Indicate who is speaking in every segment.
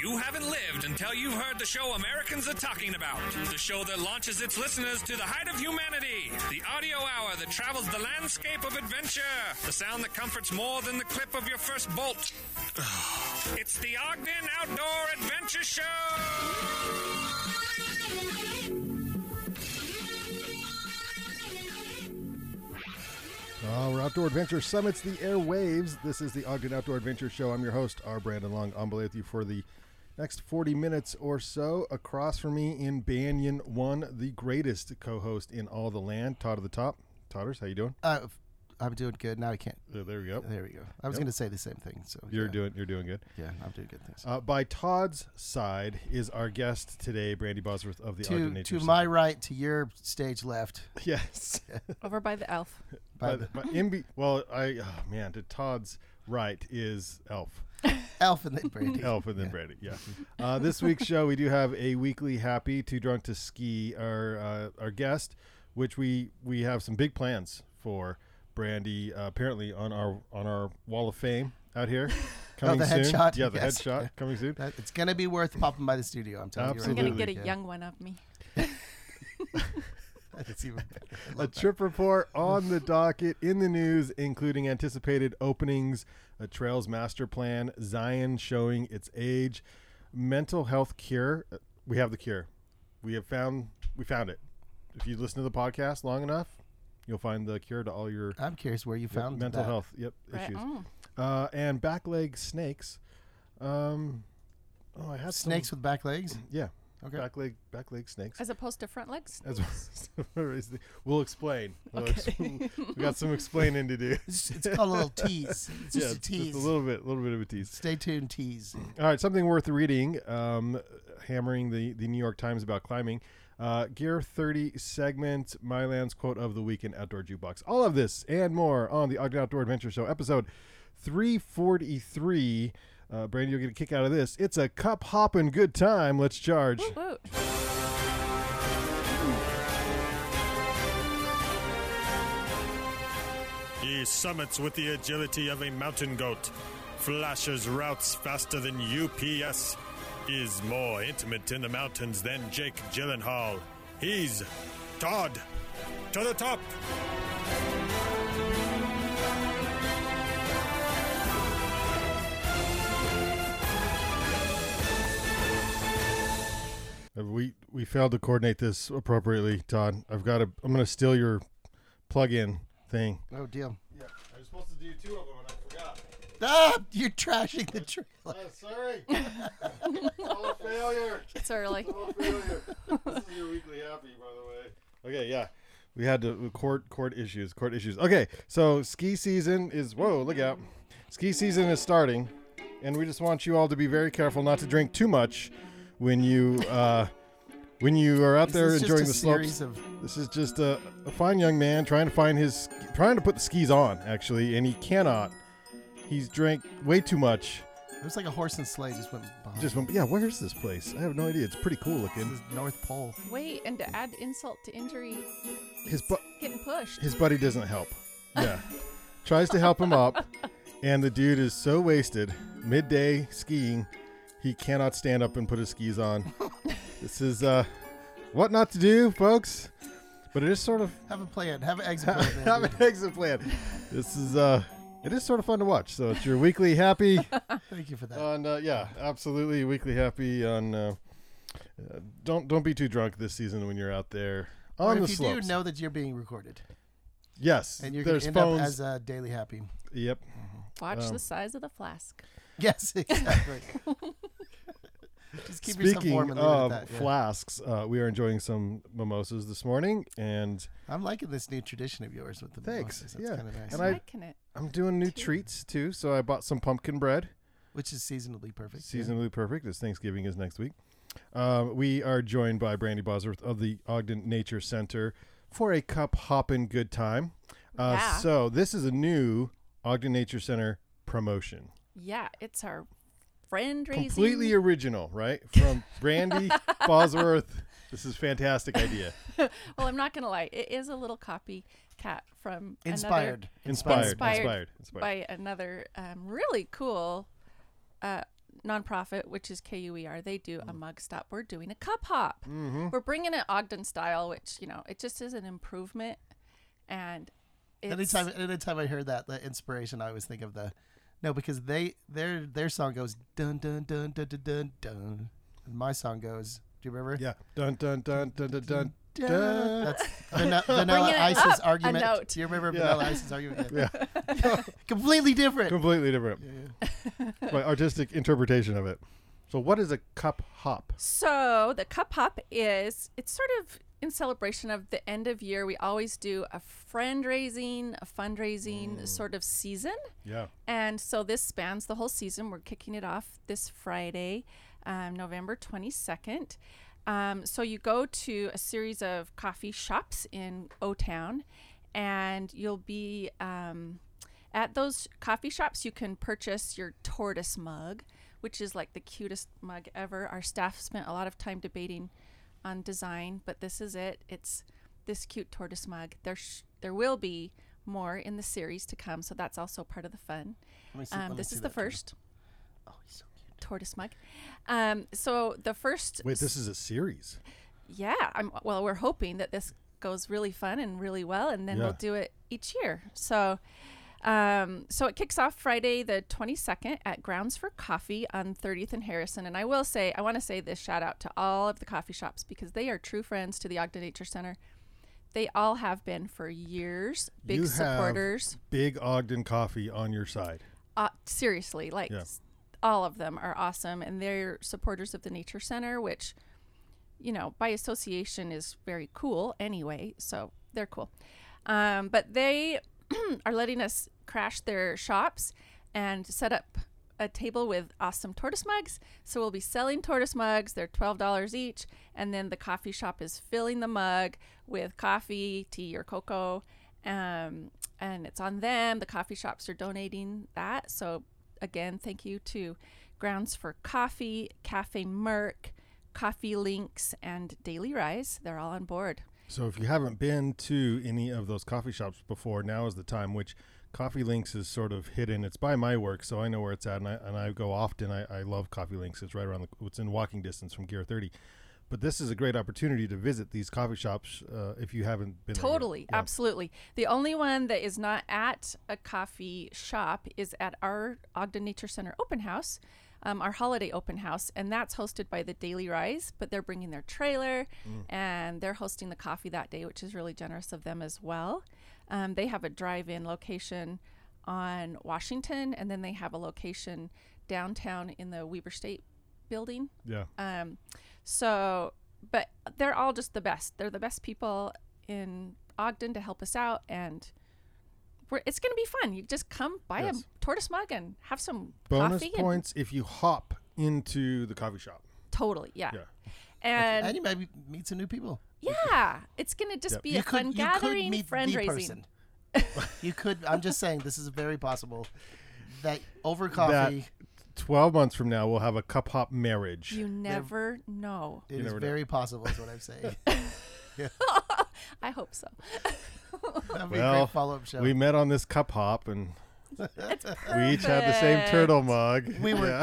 Speaker 1: You haven't lived until you've heard the show Americans are talking about. The show that launches its listeners to the height of humanity. The audio hour that travels the landscape of adventure. The sound that comforts more than the clip of your first bolt. It's the Ogden Outdoor Adventure Show!
Speaker 2: Our outdoor adventure summits the airwaves. This is the Ogden Outdoor Adventure Show. I'm your host, R. Brandon Long. I'm with you for the next 40 minutes or so. Across from me in Banyan One, the greatest co-host in all the land, Todd at the top. Todders, how you doing?
Speaker 3: Uh, I'm doing good. Now I can't.
Speaker 2: Uh, there we go.
Speaker 3: There we go. I was
Speaker 2: Yep.
Speaker 3: going to say the same thing. So
Speaker 2: You're
Speaker 3: yeah.
Speaker 2: doing you're doing good.
Speaker 3: Yeah, I'm doing good. Thanks.
Speaker 2: Uh, by Todd's side is our guest today, Brandy Bosworth of the Ogden
Speaker 3: to
Speaker 2: Nature
Speaker 3: to
Speaker 2: Center.
Speaker 3: my right, to your stage left.
Speaker 2: Yes.
Speaker 4: Over by the elf.
Speaker 3: By
Speaker 2: But- but in be- well, I oh, man, to Todd's right is Elf.
Speaker 3: Elf and then Brandy.
Speaker 2: Elf and then Brandy. Yeah. Uh, this week's show, we do have a weekly happy too drunk to ski our uh, our guest, which we we have some big plans for Brandy. Uh, apparently on our on our wall of fame out here. Coming
Speaker 3: Oh, the
Speaker 2: soon.
Speaker 3: headshot?
Speaker 2: Yeah, the
Speaker 3: Yes.
Speaker 2: headshot coming soon.
Speaker 3: That, it's going to be worth popping by the studio. I'm telling
Speaker 4: I'm going to
Speaker 2: Absolutely.
Speaker 4: get a young one of me.
Speaker 3: you. Right now. It's even better. I
Speaker 2: a
Speaker 3: love that.
Speaker 2: trip report on the docket in the news, including anticipated openings, a trails master plan, Zion showing its age, mental health cure. Uh, We have the cure. We have found we found it. If you listen to the podcast long enough, you'll find the cure to all your
Speaker 3: I'm curious where you found
Speaker 2: mental
Speaker 3: that.
Speaker 2: health yep
Speaker 4: Right.
Speaker 2: issues.
Speaker 4: Mm.
Speaker 2: Uh, and back leg snakes. Um, oh, I had some-
Speaker 3: Snakes with back legs.
Speaker 2: yeah.
Speaker 3: Okay.
Speaker 2: Back leg, back leg snakes.
Speaker 4: As opposed to front legs?
Speaker 2: As we'll explain. We'll ex- we got some explaining to do.
Speaker 3: It's, it's called a little tease. It's just
Speaker 2: yeah,
Speaker 3: a tease.
Speaker 2: a little bit, little bit of a tease.
Speaker 3: Stay tuned, tease.
Speaker 2: All right, something worth reading. Um, hammering the the New York Times about climbing. Uh, Gear 30 segment, Mylan's quote of the week in Outdoor Jukebox. All of this and more on the Ogden Outdoor Adventure Show, episode 343. Uh, Brandy, you'll get a kick out of this. It's a cup hopping good time. Let's charge.
Speaker 4: Woot woot.
Speaker 5: He summits with the agility of a mountain goat, flashes routes faster than UPS, is more intimate in the mountains than Jake Gyllenhaal. He's Todd to the top.
Speaker 2: Uh, We we failed to coordinate this appropriately, Todd. I've got to. I'm going to steal your plug-in thing.
Speaker 3: Oh, deal.
Speaker 2: Yeah, I was supposed to do two of them and I forgot.
Speaker 3: Ah, you're trashing the trailer.
Speaker 2: Oh, sorry. all a failure.
Speaker 4: It's early.
Speaker 2: All a failure. This is your weekly happy, by the way. Okay, yeah. We had to uh, court court issues, court issues. Okay, so ski season is whoa, look out. Ski season is starting, and we just want you all to be very careful not to drink too much when you uh, when you are out
Speaker 3: Is
Speaker 2: there
Speaker 3: this
Speaker 2: enjoying
Speaker 3: just
Speaker 2: the
Speaker 3: a
Speaker 2: slopes.
Speaker 3: series of
Speaker 2: This is just a, a fine young man trying to find his trying to put the skis on actually, and he cannot. He's drank way too much.
Speaker 3: It was like a horse and sleigh just went behind.
Speaker 2: Just went, yeah, where's this place? I have no idea. It's pretty cool
Speaker 3: this
Speaker 2: looking.
Speaker 3: is North Pole.
Speaker 4: Wait, and to add insult to injury,
Speaker 2: His bu-
Speaker 4: getting pushed.
Speaker 2: his buddy doesn't help. Yeah, tries to help him up, and the dude is so wasted midday skiing, he cannot stand up and put his skis on. this is uh, what not to do, folks. But it is sort of
Speaker 3: Have a plan. Have an exit plan.
Speaker 2: have an exit plan. This is uh, it is sort of fun to watch. So it's your weekly happy
Speaker 3: Thank you for that.
Speaker 2: on uh, yeah, absolutely weekly happy on. Uh, uh, don't don't be too drunk this season when you're out there
Speaker 3: Or
Speaker 2: on
Speaker 3: if
Speaker 2: the
Speaker 3: you
Speaker 2: slopes.
Speaker 3: do, know that you're being recorded,
Speaker 2: yes,
Speaker 3: and you're going
Speaker 2: there's
Speaker 3: to end
Speaker 2: phones.
Speaker 3: up as a daily happy.
Speaker 2: yep,
Speaker 4: Watch
Speaker 2: um,
Speaker 4: the size of the flask.
Speaker 3: Yes, exactly. Just keep yourself warm
Speaker 2: Speaking
Speaker 3: and leave it at
Speaker 2: of
Speaker 3: that. yeah.
Speaker 2: flasks, uh, we are enjoying some mimosas this morning, and
Speaker 3: I'm liking this new tradition of yours with the
Speaker 2: Thanks,
Speaker 3: mimosas.
Speaker 2: yeah.
Speaker 3: That's kind of nice.
Speaker 2: And I-
Speaker 4: Liking it.
Speaker 2: I'm doing new treats too. So I bought some pumpkin bread,
Speaker 3: Which is seasonably perfect. yeah.
Speaker 2: seasonally perfect as Thanksgiving is next week. Uh, we are joined by Brandy Bosworth of the Ogden Nature Center for a cup hopping good time. Uh,
Speaker 4: Yeah.
Speaker 2: So this is a new Ogden Nature Center promotion,
Speaker 4: Yeah, it's our friend raising.
Speaker 2: completely original, right? From Brandy Bosworth. This is fantastic idea.
Speaker 4: Well, Oh, I'm not going to lie. It is a little copycat from another-
Speaker 3: Inspired.
Speaker 2: Inspired, inspired,
Speaker 4: Inspired
Speaker 2: inspired.
Speaker 4: by another um, really cool uh, nonprofit, which is KUER, they do a mug stop. We're doing a cup hop. We're bringing it Ogden style, which you know it just is an improvement. And it's,
Speaker 3: Anytime, anytime I heard that, that inspiration, I always think of the, no, because they their their song goes dun dun dun dun dun dun dun, and my song goes. Do you remember?
Speaker 2: Yeah. Dun dun dun dun dun dun. dun.
Speaker 3: That's Vanilla, Vanilla
Speaker 4: it
Speaker 3: Ice's
Speaker 4: up a
Speaker 3: argument.
Speaker 4: note.
Speaker 3: Do you remember Vanilla Ice's argument? Yeah. Completely different.
Speaker 2: Completely different. My artistic interpretation of it. So, what is a cup hop?
Speaker 4: So the cup hop is it's sort of in celebration of the end of year. We always do a friend raising, a fundraising sort of season.
Speaker 2: Yeah.
Speaker 4: And so this spans the whole season. We're kicking it off this Friday, um, November 22nd. Um, so you go to a series of coffee shops in O Town, and you'll be um, at those coffee shops. You can purchase your tortoise mug, which is like the cutest mug ever. Our staff spent a lot of time debating on design, but this is it. It's this cute tortoise mug. There, sh- there will be more in the series to come, so that's also part of the fun.
Speaker 3: Let me see- let
Speaker 4: Um,
Speaker 3: me
Speaker 4: this
Speaker 3: see
Speaker 4: is the
Speaker 3: that Oh, tortoise.
Speaker 4: first tortoise mug. Um, so the first,
Speaker 2: Wait, this is a series.
Speaker 4: yeah, I'm well. We're hoping that this goes really fun and really well, and then
Speaker 2: Yeah.
Speaker 4: we'll do it each year. So, um, so it kicks off Friday the 22nd at Grounds for Coffee on 30th and Harrison. And I will say, I want to say this shout out to all of the coffee shops because they are true friends to the Ogden Nature Center. They all have been for years, big
Speaker 2: You have
Speaker 4: supporters.
Speaker 2: Big Ogden Coffee on your side.
Speaker 4: uh, seriously, like
Speaker 2: Yeah.
Speaker 4: s- all of them are awesome, and they're supporters of the Nature Center, which, you know, by association is very cool anyway. So they're cool, um, but they are letting us crash their shops and set up a table with awesome tortoise mugs. So we'll be selling tortoise mugs. They're twelve dollars each, and then the coffee shop is filling the mug with coffee, tea, or cocoa, um, and it's on them. The coffee shops are donating that. So again, thank you to Grounds for Coffee, Cafe Merck, Coffee Links, and Daily Rise. They're all on board.
Speaker 2: So if you haven't been to any of those coffee shops before, now is the time. Which Coffee Links is sort of hidden. It's by my work, so I know where it's at, and I and I go often. I, I love Coffee Links. It's right around the. It's in walking distance from Gear Thirty. But this is a great opportunity to visit these coffee shops uh, if you haven't been. there yet.
Speaker 4: Totally,
Speaker 2: Yeah.
Speaker 4: absolutely. The only one that is not at a coffee shop is at our Ogden Nature Center open house, um, our holiday open house, and that's hosted by the Daily Rise. But they're bringing their trailer,
Speaker 2: Mm.
Speaker 4: and they're hosting the coffee that day, which is really generous of them as well. Um, they have a drive-in location on Washington, and then they have a location downtown in the Weber State building.
Speaker 2: Yeah.
Speaker 4: Um, so, but they're all just the best. They're the best people in Ogden to help us out, and we're, it's going to be fun. You just come buy
Speaker 2: Yes.
Speaker 4: a tortoise mug and have some
Speaker 2: Bonus
Speaker 4: coffee.
Speaker 2: points if you hop into the coffee shop.
Speaker 4: And, totally, yeah.
Speaker 2: Yeah.
Speaker 4: And,
Speaker 3: And you might meet some new people.
Speaker 4: yeah, it's going to just
Speaker 2: Yep.
Speaker 4: be a fun gathering, friend
Speaker 3: the
Speaker 4: raising.
Speaker 3: person. you could. I'm just saying, this is very possible that over coffee,
Speaker 2: Twelve months from now, we'll have a cup hop marriage.
Speaker 4: You never know.
Speaker 3: it is
Speaker 2: never know.
Speaker 3: very possible. Is what I'm saying.
Speaker 4: I hope so.
Speaker 3: That'd be a
Speaker 2: Well,
Speaker 3: great follow-up show.
Speaker 2: we
Speaker 3: We,
Speaker 2: met on this cup hop, and we each had the same
Speaker 4: perfect.
Speaker 2: turtle mug.
Speaker 3: We were-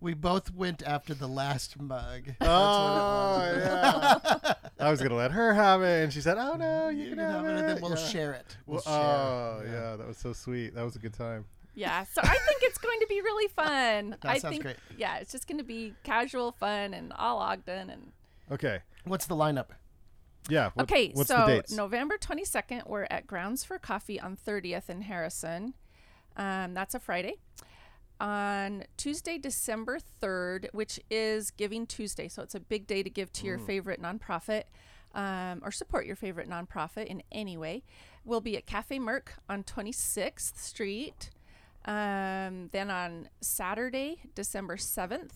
Speaker 3: both went after the last mug.
Speaker 2: Oh yeah. I was gonna let her have it, and she said, "Oh no, you,
Speaker 3: You can have it, and then we'll
Speaker 2: Yeah.
Speaker 3: share it. We'll
Speaker 2: Well,
Speaker 3: share.
Speaker 2: oh yeah. that was so sweet. That was a good time.
Speaker 4: Yeah, so I think it's going to be really fun.
Speaker 3: That
Speaker 4: I
Speaker 3: sounds
Speaker 4: think,
Speaker 3: great.
Speaker 4: yeah, it's just going to be casual fun and all Ogden and
Speaker 2: Okay,
Speaker 3: What's the lineup?
Speaker 2: yeah. what-
Speaker 4: okay,
Speaker 2: what's
Speaker 4: so
Speaker 2: the dates?
Speaker 4: November 22nd, we're at Grounds for Coffee on 30th in Harrison. Um, that's a Friday. On Tuesday, December 3rd, which is Giving Tuesday. So it's a big day to give to
Speaker 2: Mm.
Speaker 4: your favorite nonprofit um, or support your favorite nonprofit in any way. We'll be at Cafe Merck on 26th Street. Um, then on Saturday, December 7th,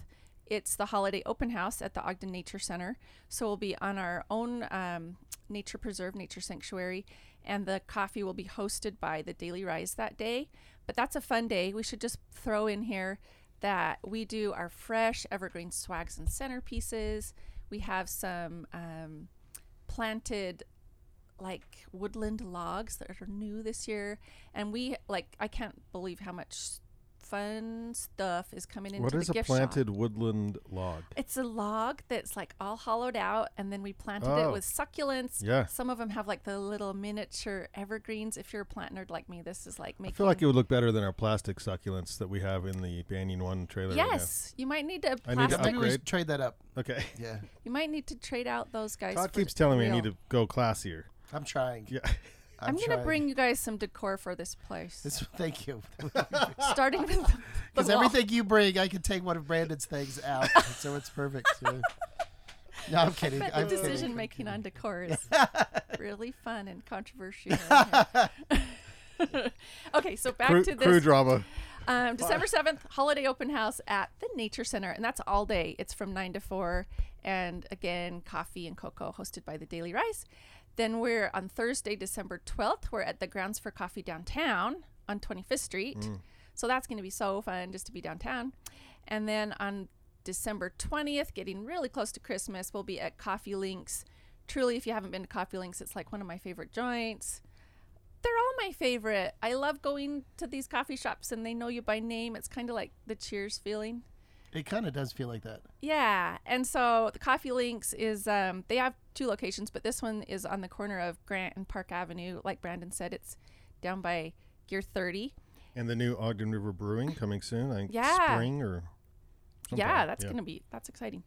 Speaker 4: it's the holiday open house at the Ogden Nature Center. So we'll be on our own um, nature preserve, nature sanctuary, and the coffee will be hosted by the Daily Rise that day. But that's a fun day. We should just throw in here that we do our fresh evergreen swags and centerpieces. We have some um, planted like woodland logs that are new this year and we like i can't believe how much fun stuff is coming into
Speaker 2: What
Speaker 4: the
Speaker 2: is a
Speaker 4: gift
Speaker 2: planted
Speaker 4: shop.
Speaker 2: woodland log?
Speaker 4: It's a log that's like all hollowed out, and then we planted
Speaker 2: Oh.
Speaker 4: it with succulents.
Speaker 2: Yeah.
Speaker 4: Some of them have like the little miniature evergreens. If you're a plant nerd like me, this is like
Speaker 2: I
Speaker 4: making.
Speaker 2: feel like it would look better than our plastic succulents that we have in the Banyan One trailer. right now.
Speaker 4: yes, you might need to.
Speaker 2: I need to
Speaker 4: plastic-
Speaker 3: Maybe we
Speaker 2: upgrade.
Speaker 3: should trade that up.
Speaker 2: Okay.
Speaker 3: Yeah,
Speaker 4: you might need to trade out those guys.
Speaker 2: Todd
Speaker 4: for
Speaker 2: keeps telling me I need
Speaker 4: real.
Speaker 2: to go classier.
Speaker 3: I'm trying.
Speaker 2: Yeah.
Speaker 4: I'm, gonna
Speaker 3: trying.
Speaker 4: bring you guys some decor for this place.
Speaker 3: This, thank you.
Speaker 4: Starting with the- the
Speaker 3: Because
Speaker 4: wall.
Speaker 3: everything you bring, I can take one of Brandon's things out, so it's perfect. yeah. No, I'm kidding.
Speaker 4: But
Speaker 3: I'm
Speaker 4: the
Speaker 3: kidding.
Speaker 4: decision making on decor is really fun and controversial. okay, so back
Speaker 2: Crew,
Speaker 4: to
Speaker 2: crew
Speaker 4: this.
Speaker 2: drama.
Speaker 4: Um, December 7th, holiday open house at the Nature Center. And that's all day. It's from 9 to 4. And again, coffee and cocoa hosted by the Daily Rice. Then we're on Thursday, December 12th. We're at the Grounds for Coffee downtown on 25th Street. So that's going to be so fun just to be downtown. And then on December 20th, getting really close to Christmas, we'll be at Coffee Links. Truly, if you haven't been to Coffee Links, it's like one of my favorite joints they're all my favorite. I love going to these coffee shops and they know you by name. It's kind of like the Cheers feeling.
Speaker 3: It kind of does feel like that.
Speaker 4: Yeah, and so the Coffee Links is um, they have two locations, but this one is on the corner of Grant and Park Avenue. Like Brandon said, it's down by Gear Thirty.
Speaker 2: And the new Ogden River Brewing coming soon. I think
Speaker 4: Yeah.
Speaker 2: spring or sometime.
Speaker 4: Yeah, that's gonna be that's exciting.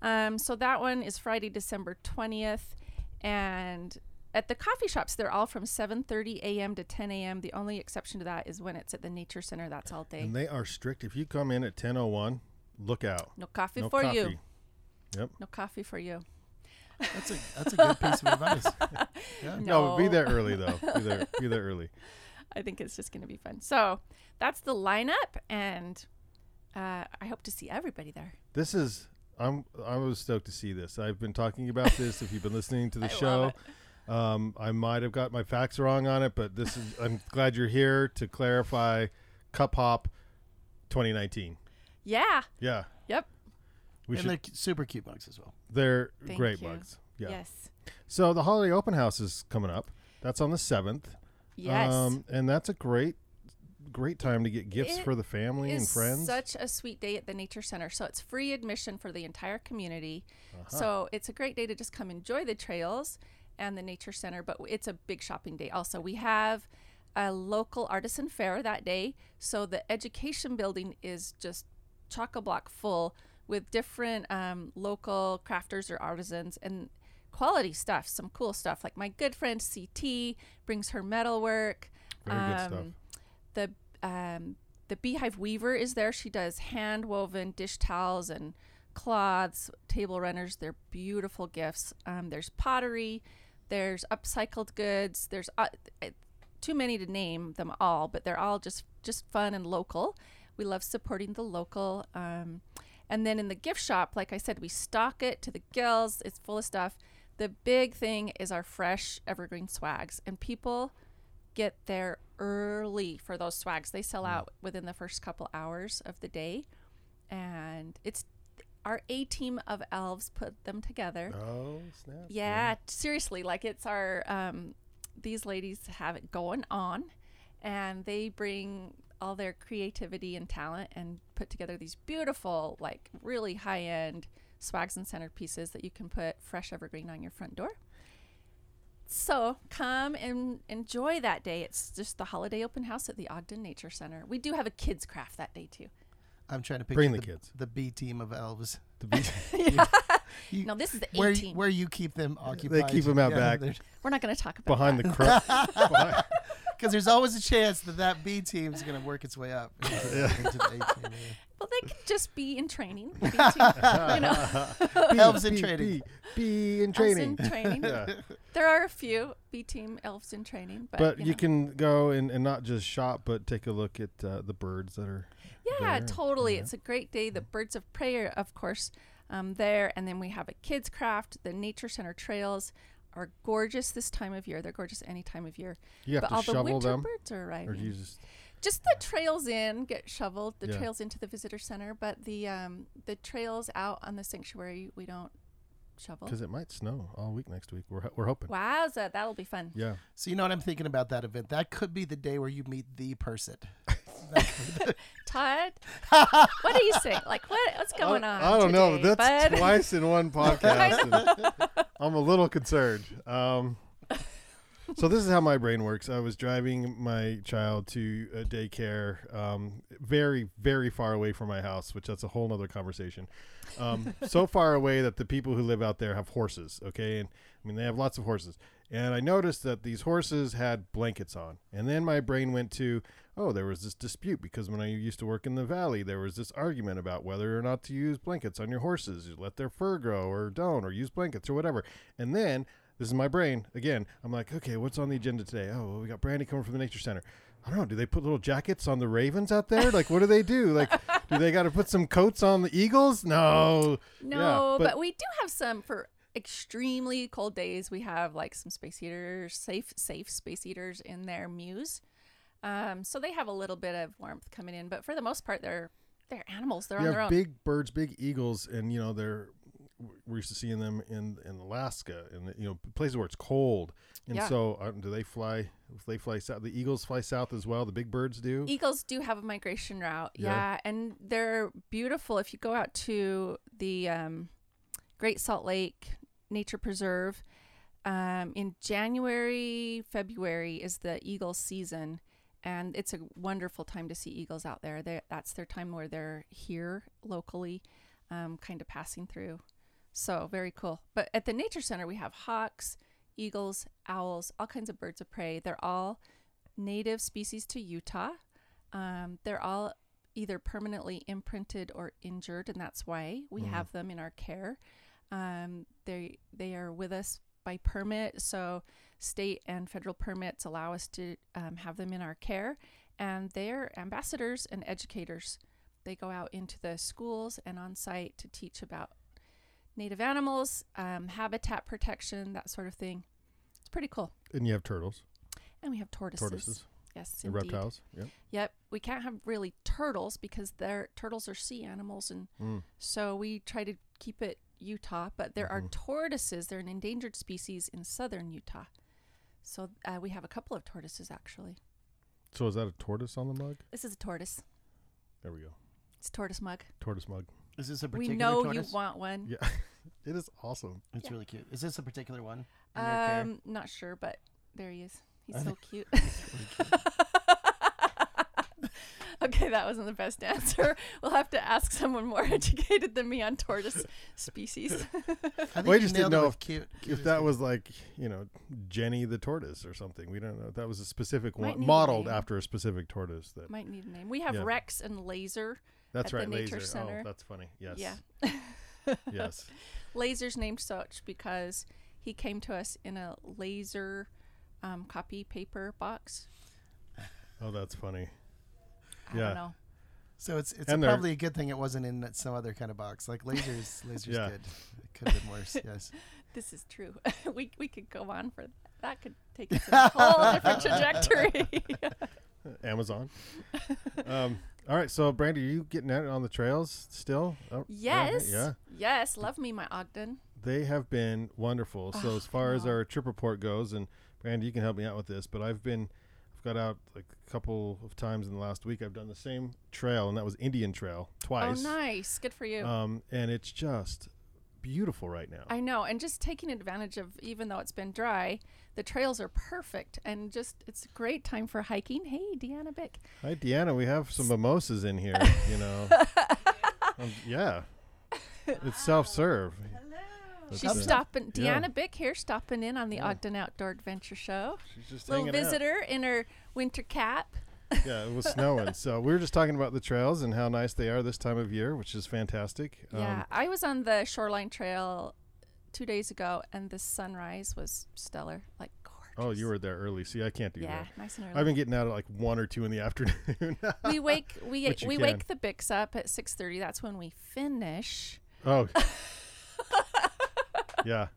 Speaker 4: Um, so that one is Friday, December twentieth, and at the coffee shops, they're all from seven thirty a.m. to ten a.m. The only exception to that is when it's at the Nature Center. That's all day.
Speaker 2: And they are strict. If you come in at 10:01, look out.
Speaker 4: No coffee
Speaker 2: No
Speaker 4: for
Speaker 2: coffee.
Speaker 4: you.
Speaker 2: Yep.
Speaker 4: No coffee for you.
Speaker 3: That's a that's a good piece of advice.
Speaker 2: No, be there early though. Be there. Be there early.
Speaker 4: I think it's just going to be fun. So that's the lineup, and uh, I hope to see everybody there.
Speaker 2: This is. I'm. I was stoked to see this. I've been talking about this. If you've been listening to the show, um, I might have got my facts wrong on it, but this is. I'm glad you're here to clarify. Cup Hop, 2019.
Speaker 4: Yeah.
Speaker 2: Yeah,
Speaker 4: Yep.
Speaker 2: we
Speaker 3: and
Speaker 2: should.
Speaker 3: they're cu- super cute mugs as well.
Speaker 2: They're
Speaker 4: Thank
Speaker 2: great
Speaker 4: you.
Speaker 2: bugs. Yeah.
Speaker 4: Yes.
Speaker 2: So the holiday open house is coming up. That's on the seventh.
Speaker 4: Yes.
Speaker 2: Um, and that's a great, great time to get gifts
Speaker 4: It
Speaker 2: for the family and
Speaker 4: It's
Speaker 2: friends.
Speaker 4: such a sweet day at the Nature Center. So it's free admission for the entire community.
Speaker 2: Uh-huh.
Speaker 4: So it's a great day to just come enjoy the trails and the Nature Center. But it's a big shopping day also. We have a local artisan fair that day. So the education building is just chock a block full with different um, local crafters or artisans and quality stuff, some cool stuff. Like my good friend CT brings her metalwork.
Speaker 2: Very good stuff.
Speaker 4: The um, the beehive weaver is there. She does hand woven dish towels and cloths, table runners. They're beautiful gifts. Um, there's pottery. There's upcycled goods. There's uh, uh, too many to name them all, but they're all just just fun and local. We love supporting the local. Um, and then in the gift shop, like I said, we stock it to the gills. It's full of stuff. The big thing is our fresh evergreen swags, and people get there early for those swags. They sell out within the first couple hours of the day, and it's our A team of elves put them together.
Speaker 2: oh snap!
Speaker 4: Yeah, t- seriously, like it's our um, these ladies have it going on, and they bring all their creativity and talent and put together these beautiful, like really high end swags and centerpieces that you can put fresh evergreen on your front door. So come and enjoy that day. It's just the holiday open house at the Ogden Nature Center. We do have a kids craft that day too.
Speaker 3: I'm trying to picture
Speaker 2: Bring the kids.
Speaker 3: the B team of elves.
Speaker 2: To be-
Speaker 3: You-
Speaker 4: No, this is the
Speaker 3: where
Speaker 4: 18.
Speaker 3: you, where you keep them occupied.
Speaker 2: keep 'em out back.
Speaker 4: We're not going to talk about
Speaker 2: behind the crowd.
Speaker 3: because there's always a chance that that B team is going to work its way up. into the- into the A team, yeah.
Speaker 4: Well, they could just be in training. be team- you know.
Speaker 3: Elves in training.
Speaker 2: Be, be in
Speaker 4: Elves
Speaker 2: training.
Speaker 4: in training. There are a few B team elves in training, but,
Speaker 2: But you
Speaker 4: know.
Speaker 2: can go and, and not just shop, but take a look at uh, the birds that are.
Speaker 4: Yeah,
Speaker 2: there.
Speaker 4: totally. It's a great day. The Birds of Prayer, of course, um, there, and then we have a kids craft. The Nature Center trails are gorgeous this time of year. They're gorgeous any time of year.
Speaker 2: You have
Speaker 4: but
Speaker 2: to
Speaker 4: all the
Speaker 2: shovel
Speaker 4: winter
Speaker 2: them,
Speaker 4: birds are
Speaker 2: Or
Speaker 4: arriving.
Speaker 2: do you just
Speaker 4: just the trails in get shoveled the
Speaker 2: Yeah.
Speaker 4: trails into the visitor center but the um the trails out on the sanctuary we don't shovel
Speaker 2: because it might snow all week next week. We're ho- we're hoping.
Speaker 4: wowza that'll be fun
Speaker 2: Yeah.
Speaker 3: So you know what I'm thinking about that event. That could be the day where you meet the person.
Speaker 4: Todd, what are you saying? Like, what what's going on?
Speaker 2: I don't know.
Speaker 4: today,
Speaker 2: but That's
Speaker 4: bud?
Speaker 2: twice in one podcast. and I'm a little concerned. Um, so this is how my brain works. I was driving my child to a daycare, um, very, very far away from my house, which that's a whole nother conversation. Um, so far away that the people who live out there have horses. Okay, and I mean they have lots of horses. And I noticed that these horses had blankets on. And then my brain went to, oh, there was this dispute because when I used to work in the valley, there was this argument about whether or not to use blankets on your horses, let their fur grow or don't, or use blankets or whatever. And then this is my brain again. I'm like, okay, what's on the agenda today? Oh, well, we got Brandy coming from the nature center. I don't know. Do they put little jackets on the ravens out there? Like, what do they do? Like, do they got to put some coats on the eagles? No.
Speaker 4: No,
Speaker 2: Yeah,
Speaker 4: but, we do have some for extremely cold days. We have like some space heaters, safe safe space heaters in their muse. Um, so they have a little bit of warmth coming in, but for the most part, they're they're animals. They're on
Speaker 2: you
Speaker 4: their
Speaker 2: have
Speaker 4: own.
Speaker 2: big birds, big eagles, and you know they're we're used to seeing them in in Alaska and you know places where it's cold. And
Speaker 4: Yeah.
Speaker 2: so, uh, do they fly? They fly south. The eagles fly south as well. The big birds do.
Speaker 4: Eagles do have a migration route.
Speaker 2: Yeah.
Speaker 4: Yeah. And they're beautiful. If you go out to the um, Great Salt Lake Nature Preserve um, in January, February is the eagle season. And it's a wonderful time to see eagles out there. they that's their time where they're here locally, um, kind of passing through. So very cool. But at the Nature Center, we have hawks, eagles, owls, all kinds of birds of prey. They're all native species to Utah. Um, they're all either permanently imprinted or injured, and that's why we have them in our care. Um, they they are with us by permit, so state and federal permits allow us to um, have them in our care, and they're ambassadors and educators. They go out into the schools and on site to teach about native animals, um, habitat protection, that sort of thing. It's pretty cool.
Speaker 2: And you have turtles,
Speaker 4: And we have tortoises.
Speaker 2: Tortoises.
Speaker 4: Yes,
Speaker 2: and
Speaker 4: indeed.
Speaker 2: reptiles. Yeah.
Speaker 4: Yep, we can't have really turtles because they're turtles are sea animals, and
Speaker 2: Hmm.
Speaker 4: so we try to keep it Utah. But there
Speaker 2: Mm-hmm.
Speaker 4: are tortoises; they're an endangered species in southern Utah. So uh, we have a couple of tortoises actually.
Speaker 2: So is that a tortoise on the mug?
Speaker 4: This is a tortoise.
Speaker 2: There we go.
Speaker 4: It's a tortoise mug.
Speaker 2: Tortoise mug.
Speaker 3: Is this a
Speaker 4: We
Speaker 3: particular
Speaker 4: know
Speaker 3: tortoise?
Speaker 4: you want one.
Speaker 2: Yeah. it is awesome.
Speaker 3: It's really cute. Is this a particular one? in your care?
Speaker 4: Um, not sure, but there he is. He's so cute. okay, that wasn't the best answer. We'll have to ask someone more educated than me on tortoise species.
Speaker 3: I think
Speaker 2: Well, I
Speaker 3: you
Speaker 2: just didn't
Speaker 3: nailed it
Speaker 2: know
Speaker 3: with
Speaker 2: if-
Speaker 3: cute.
Speaker 2: If that was like you know Jenny the tortoise or something, we don't know. That was a specific
Speaker 4: Might
Speaker 2: one
Speaker 4: need a
Speaker 2: modeled
Speaker 4: name.
Speaker 2: after a specific tortoise. That
Speaker 4: Might need a name. We have
Speaker 2: Yeah.
Speaker 4: Rex and Laser.
Speaker 2: that's
Speaker 4: at the
Speaker 2: right.
Speaker 4: Nature
Speaker 2: Laser.
Speaker 4: Center.
Speaker 2: Oh, that's funny. Yes.
Speaker 4: Yeah.
Speaker 2: yes.
Speaker 4: Laser's named such because he came to us in a laser um, copy paper box.
Speaker 2: Oh, that's funny.
Speaker 4: I
Speaker 2: Yeah.
Speaker 4: don't know.
Speaker 3: so it's it's
Speaker 2: And they're-
Speaker 3: probably a good thing it wasn't in that- some other kind of box. Like lasers, lasers
Speaker 2: Yeah.
Speaker 3: good. It could have been worse. Yes.
Speaker 4: This is true. we, we could go on for that. could take us in a whole different trajectory.
Speaker 2: Amazon. um, all right, so Brandy, are you getting out on the trails still? Oh,
Speaker 4: yes.
Speaker 2: okay, yeah,
Speaker 4: Yes. Love me, my Ogden.
Speaker 2: they have been wonderful. So as far as
Speaker 4: Ah, wow.
Speaker 2: our trip report goes, and Brandy, you can help me out with this, but I've been, I've got out like a couple of times in the last week. I've done the same trail, and that was Indian Trail twice.
Speaker 4: Oh, nice. Good for you.
Speaker 2: Um, and it's just beautiful right now.
Speaker 4: I know, and just taking advantage of even though it's been dry, the trails are perfect, and just it's a great time for hiking. Hey, Deanna Bick,
Speaker 2: Hi, Deanna. We have some mimosas in here. You know, Um, yeah, it's self-serve.
Speaker 4: she's
Speaker 2: That's-
Speaker 4: stopping.
Speaker 2: yeah.
Speaker 4: Deanna Bick here, stopping in on the Ogden Outdoor Adventure Show.
Speaker 2: She's just
Speaker 4: Little
Speaker 2: hanging out.
Speaker 4: visitor in her winter cap.
Speaker 2: yeah, it was snowing. So we were just talking about the trails and how nice they are this time of year, which is fantastic. Um,
Speaker 4: yeah, I was on the Shoreline Trail two days ago, and the sunrise was stellar, like gorgeous.
Speaker 2: Oh, you were there early. See, I can't do
Speaker 4: yeah,
Speaker 2: that.
Speaker 4: nice and early.
Speaker 2: I've been getting out at like one or two in the afternoon.
Speaker 4: we wake we
Speaker 2: Which you
Speaker 4: we
Speaker 2: can.
Speaker 4: wake the Bicks up at six thirty. That's when we finish.
Speaker 2: oh, yeah,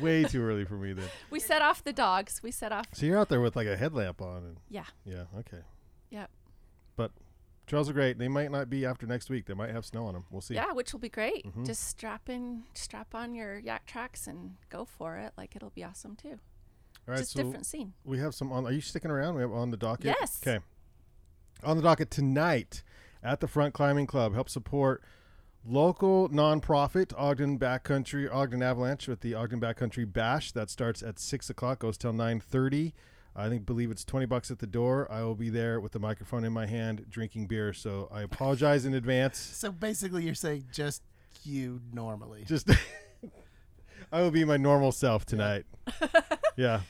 Speaker 2: way too early for me then.
Speaker 4: We set off the dogs. We set off.
Speaker 2: So you're out there with like a headlamp on, and
Speaker 4: Yeah.
Speaker 2: yeah, okay.
Speaker 4: Yep.
Speaker 2: But trails are great. They might not be after next week. They might have snow on them. We'll see.
Speaker 4: Yeah, which will be great.
Speaker 2: Mm-hmm.
Speaker 4: Just strap in, strap on your yak tracks and go for it. Like it'll be awesome too.
Speaker 2: All right,
Speaker 4: Just
Speaker 2: so
Speaker 4: different scene.
Speaker 2: we have some on. Are you sticking around? We have on the docket.
Speaker 4: Yes.
Speaker 2: Okay. on the docket tonight at the Front Climbing Club. Help support local nonprofit Ogden Backcountry Ogden Avalanche with the Ogden Backcountry Bash that starts at six o'clock, goes till nine thirty. I think believe it's twenty bucks at the door. I will be there with the microphone in my hand, drinking beer. So I apologize in advance.
Speaker 3: So basically, you're saying just you normally.
Speaker 2: Just I will be my normal self tonight. yeah.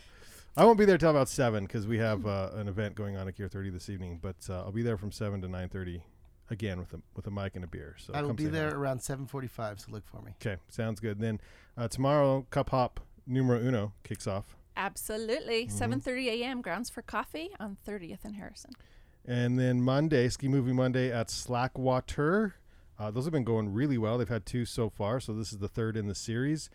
Speaker 2: I won't be there till about seven because we have uh, an event going on at Gear Thirty this evening. But uh, I'll be there from seven to nine thirty, again with a with a mic and a beer. So
Speaker 3: I will
Speaker 2: come
Speaker 3: be
Speaker 2: say hi.
Speaker 3: there around 7:45, so look for me.
Speaker 2: Okay, sounds good. Then uh, tomorrow, Cup Hop Numero Uno kicks off,
Speaker 4: Absolutely.
Speaker 2: Mm-hmm.
Speaker 4: 7:30 a.m. Grounds for Coffee on 30th and Harrison.
Speaker 2: and then Monday, Ski Movie Monday at Slackwater. Uh, those have been going really well. They've had two so far, so this is the third in the series.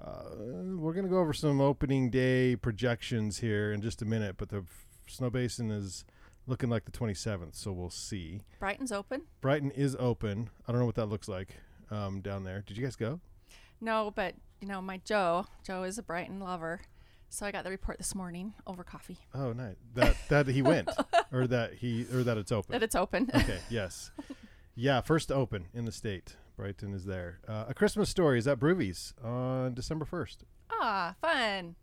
Speaker 2: Uh, we're gonna go over some opening day projections here in just a minute, but the f- Snow Basin is looking like the 27th, so we'll see.
Speaker 4: Brighton's open.
Speaker 2: Brighton is open. I don't know what that looks like um, down there. Did you guys go?
Speaker 4: No, but you know, my Joe, Joe is a Brighton lover. So I got the report this morning over coffee
Speaker 2: Oh, nice. That that he went, or that he, or that it's open.
Speaker 4: that it's open.
Speaker 2: Okay. Yes. Yeah. First open in the state. Brighton is there. Uh, a Christmas Story is at Broovies on December first.
Speaker 4: ah, fun.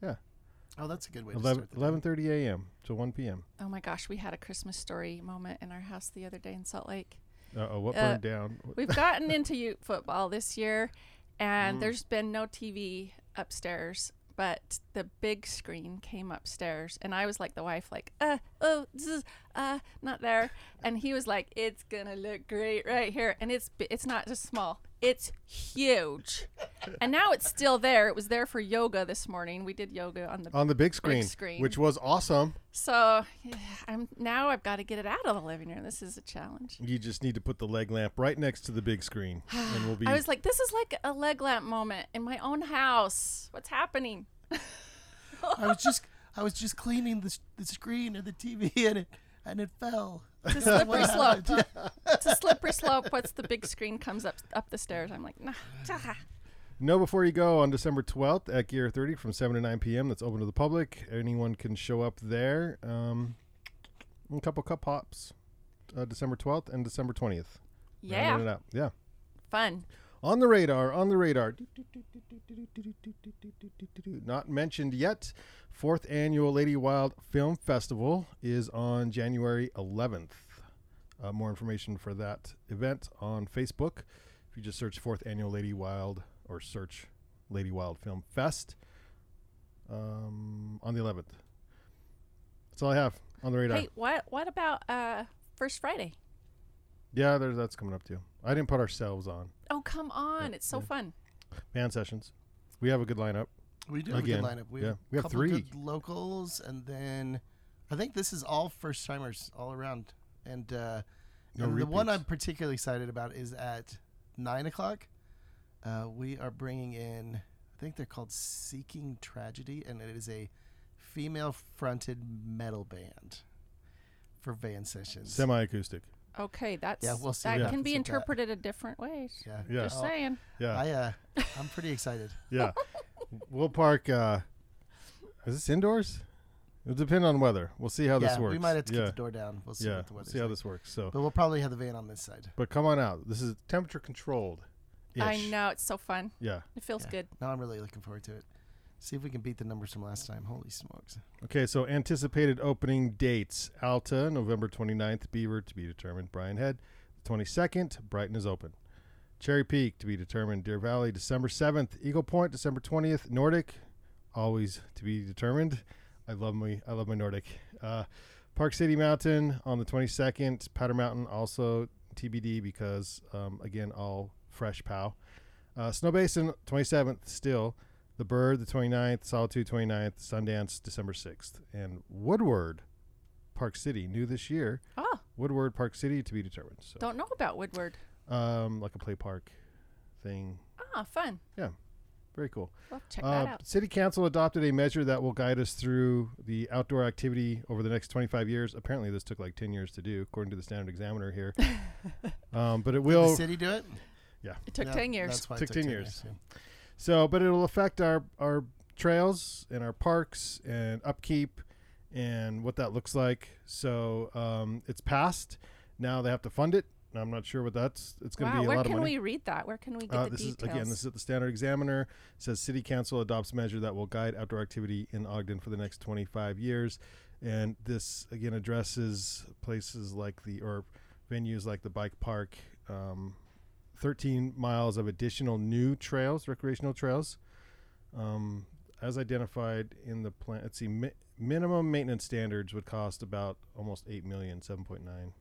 Speaker 3: Oh, that's a good way to
Speaker 2: 11,
Speaker 3: start. the day.
Speaker 2: 11.30 a.m. to one p.m.
Speaker 4: Oh my gosh, we had a Christmas story moment in our house the other day in Salt Lake.
Speaker 2: Uh oh. What
Speaker 4: Uh,
Speaker 2: burned down?
Speaker 4: We've gotten into youth football this year, and there's been no TV upstairs, but the big screen came upstairs, and I was like the wife, like, uh, oh, zzz, uh, not there, and he was like, it's gonna look great right here, and it's bi- it's not just small, it's huge, and now it's still there. It was there for yoga this morning. We did yoga on the
Speaker 2: On the big screen,
Speaker 4: screen.
Speaker 2: which was awesome.
Speaker 4: so yeah, I'm now I've got to get it out of the living room. This is a challenge.
Speaker 2: You just need to put the leg lamp right next to the big screen, and we'll be.
Speaker 4: I was like, this is like a leg lamp moment in my own house. What's happening?
Speaker 3: I was just I was just cleaning the, s- the screen and the TV and it and it fell.
Speaker 4: It's a slippery slope. it's a slippery slope. Once the big screen comes up up the stairs, I'm like, nah. ah."
Speaker 2: No, before you go on December 12th at Gear 30 from 7 to 9 p.m. That's open to the public. Anyone can show up there. Um, a couple cup hops, uh, December 12th and December 20th. Rounding
Speaker 4: Yeah,
Speaker 2: it out. Yeah.
Speaker 4: fun.
Speaker 2: On the radar, on the radar. Not mentioned yet. Fourth annual Lady Wild Film Festival is on January 11th. Uh, more information for that event on Facebook. If you just search Fourth Annual Lady Wild or search Lady Wild Film Fest um, on the 11th. That's all I have on the radar.
Speaker 4: Hey, what what about uh, First Friday?
Speaker 2: Yeah, there's, that's coming up too. I didn't put ourselves on.
Speaker 4: Oh, come on! It's so fun.
Speaker 2: Band sessions. We have a good lineup.
Speaker 3: We do have
Speaker 2: Again,
Speaker 3: a good lineup. We
Speaker 2: yeah.
Speaker 3: have,
Speaker 2: We have
Speaker 3: couple
Speaker 2: three.
Speaker 3: good locals, and then I think this is all first timers all around. And, uh,
Speaker 2: No
Speaker 3: and the one
Speaker 2: repeats.
Speaker 3: I'm particularly excited about is at nine o'clock. Uh, we are bringing in, I think they're called Seeking Tragedy, and it is a female-fronted metal band for van sessions.
Speaker 2: Semi acoustic.
Speaker 4: Okay, that's
Speaker 3: Yeah, we'll see
Speaker 4: that
Speaker 2: what
Speaker 4: can
Speaker 3: happens
Speaker 4: be
Speaker 3: with that.
Speaker 4: interpreted a different ways.
Speaker 3: yeah,
Speaker 2: Yeah. Oh,
Speaker 4: Just saying.
Speaker 2: Yeah.
Speaker 3: I uh, I'm pretty excited.
Speaker 2: yeah. We'll park. Uh, is this indoors? It'll depend on weather. We'll see how this
Speaker 3: yeah,
Speaker 2: works.
Speaker 3: we might have to
Speaker 2: yeah.
Speaker 3: keep the door down. We'll see
Speaker 2: Yeah.
Speaker 3: what the
Speaker 2: We'll
Speaker 3: weather's
Speaker 2: see how
Speaker 3: like.
Speaker 2: this works. So,
Speaker 3: But we'll probably have the van on this side.
Speaker 2: but come on out. This is temperature controlled.
Speaker 4: I know it's so fun.
Speaker 2: Yeah.
Speaker 4: It feels
Speaker 3: Yeah.
Speaker 4: good.
Speaker 3: Now I'm really looking forward to it. See if we can beat the numbers from last time. Holy smokes.
Speaker 2: Okay. So anticipated opening dates: Alta, November 29th. Beaver to be determined. Brian Head, the 22nd. Brighton is open. Cherry Peak to be determined. Deer Valley, December 7th. Eagle Point, December 20th. Nordic, always to be determined. I love my I love my Nordic. Uh, Park City Mountain on the 22nd. Powder Mountain also TBD because um, again all fresh pow. Uh, Snow Basin 27th still. The Bird the 29th. Solitude 29th. Sundance December 6th. And Woodward, Park City new this year.
Speaker 4: Oh,
Speaker 2: Woodward Park City to be determined. So
Speaker 4: don't know about Woodward.
Speaker 2: um, like a play park thing.
Speaker 4: Ah, fun.
Speaker 2: Yeah, very cool.
Speaker 4: We'll check that
Speaker 2: Uh,
Speaker 4: out.
Speaker 2: City Council adopted a measure that will guide us through the outdoor activity over the next 25 years. Apparently, this took like 10 years to do, according to the Standard Examiner here. um, but it
Speaker 3: Did
Speaker 2: will.
Speaker 3: the city do it?
Speaker 4: It took
Speaker 3: Yeah,
Speaker 4: ten years.
Speaker 3: That's why
Speaker 2: Took
Speaker 3: it
Speaker 2: 10
Speaker 3: took 10
Speaker 2: years.
Speaker 3: years.
Speaker 2: So, but it'll affect our our trails and our parks and upkeep and what that looks like. So um, it's passed. Now they have to fund it. I'm not sure what that's. It's going to
Speaker 4: wow,
Speaker 2: be a
Speaker 4: where
Speaker 2: lot of
Speaker 4: can
Speaker 2: money.
Speaker 4: we read that? Where can we get
Speaker 2: Uh,
Speaker 4: the
Speaker 2: this
Speaker 4: details?
Speaker 2: is again. This is at the Standard Examiner. It says city council adopts measure that will guide outdoor activity in Ogden for the next 25 years, and this again addresses places like the or venues like the bike park, um, 13 miles of additional new trails, recreational trails, um, as identified in the plan. Let's see, mi- minimum maintenance standards would cost about almost eight million, seven point nine.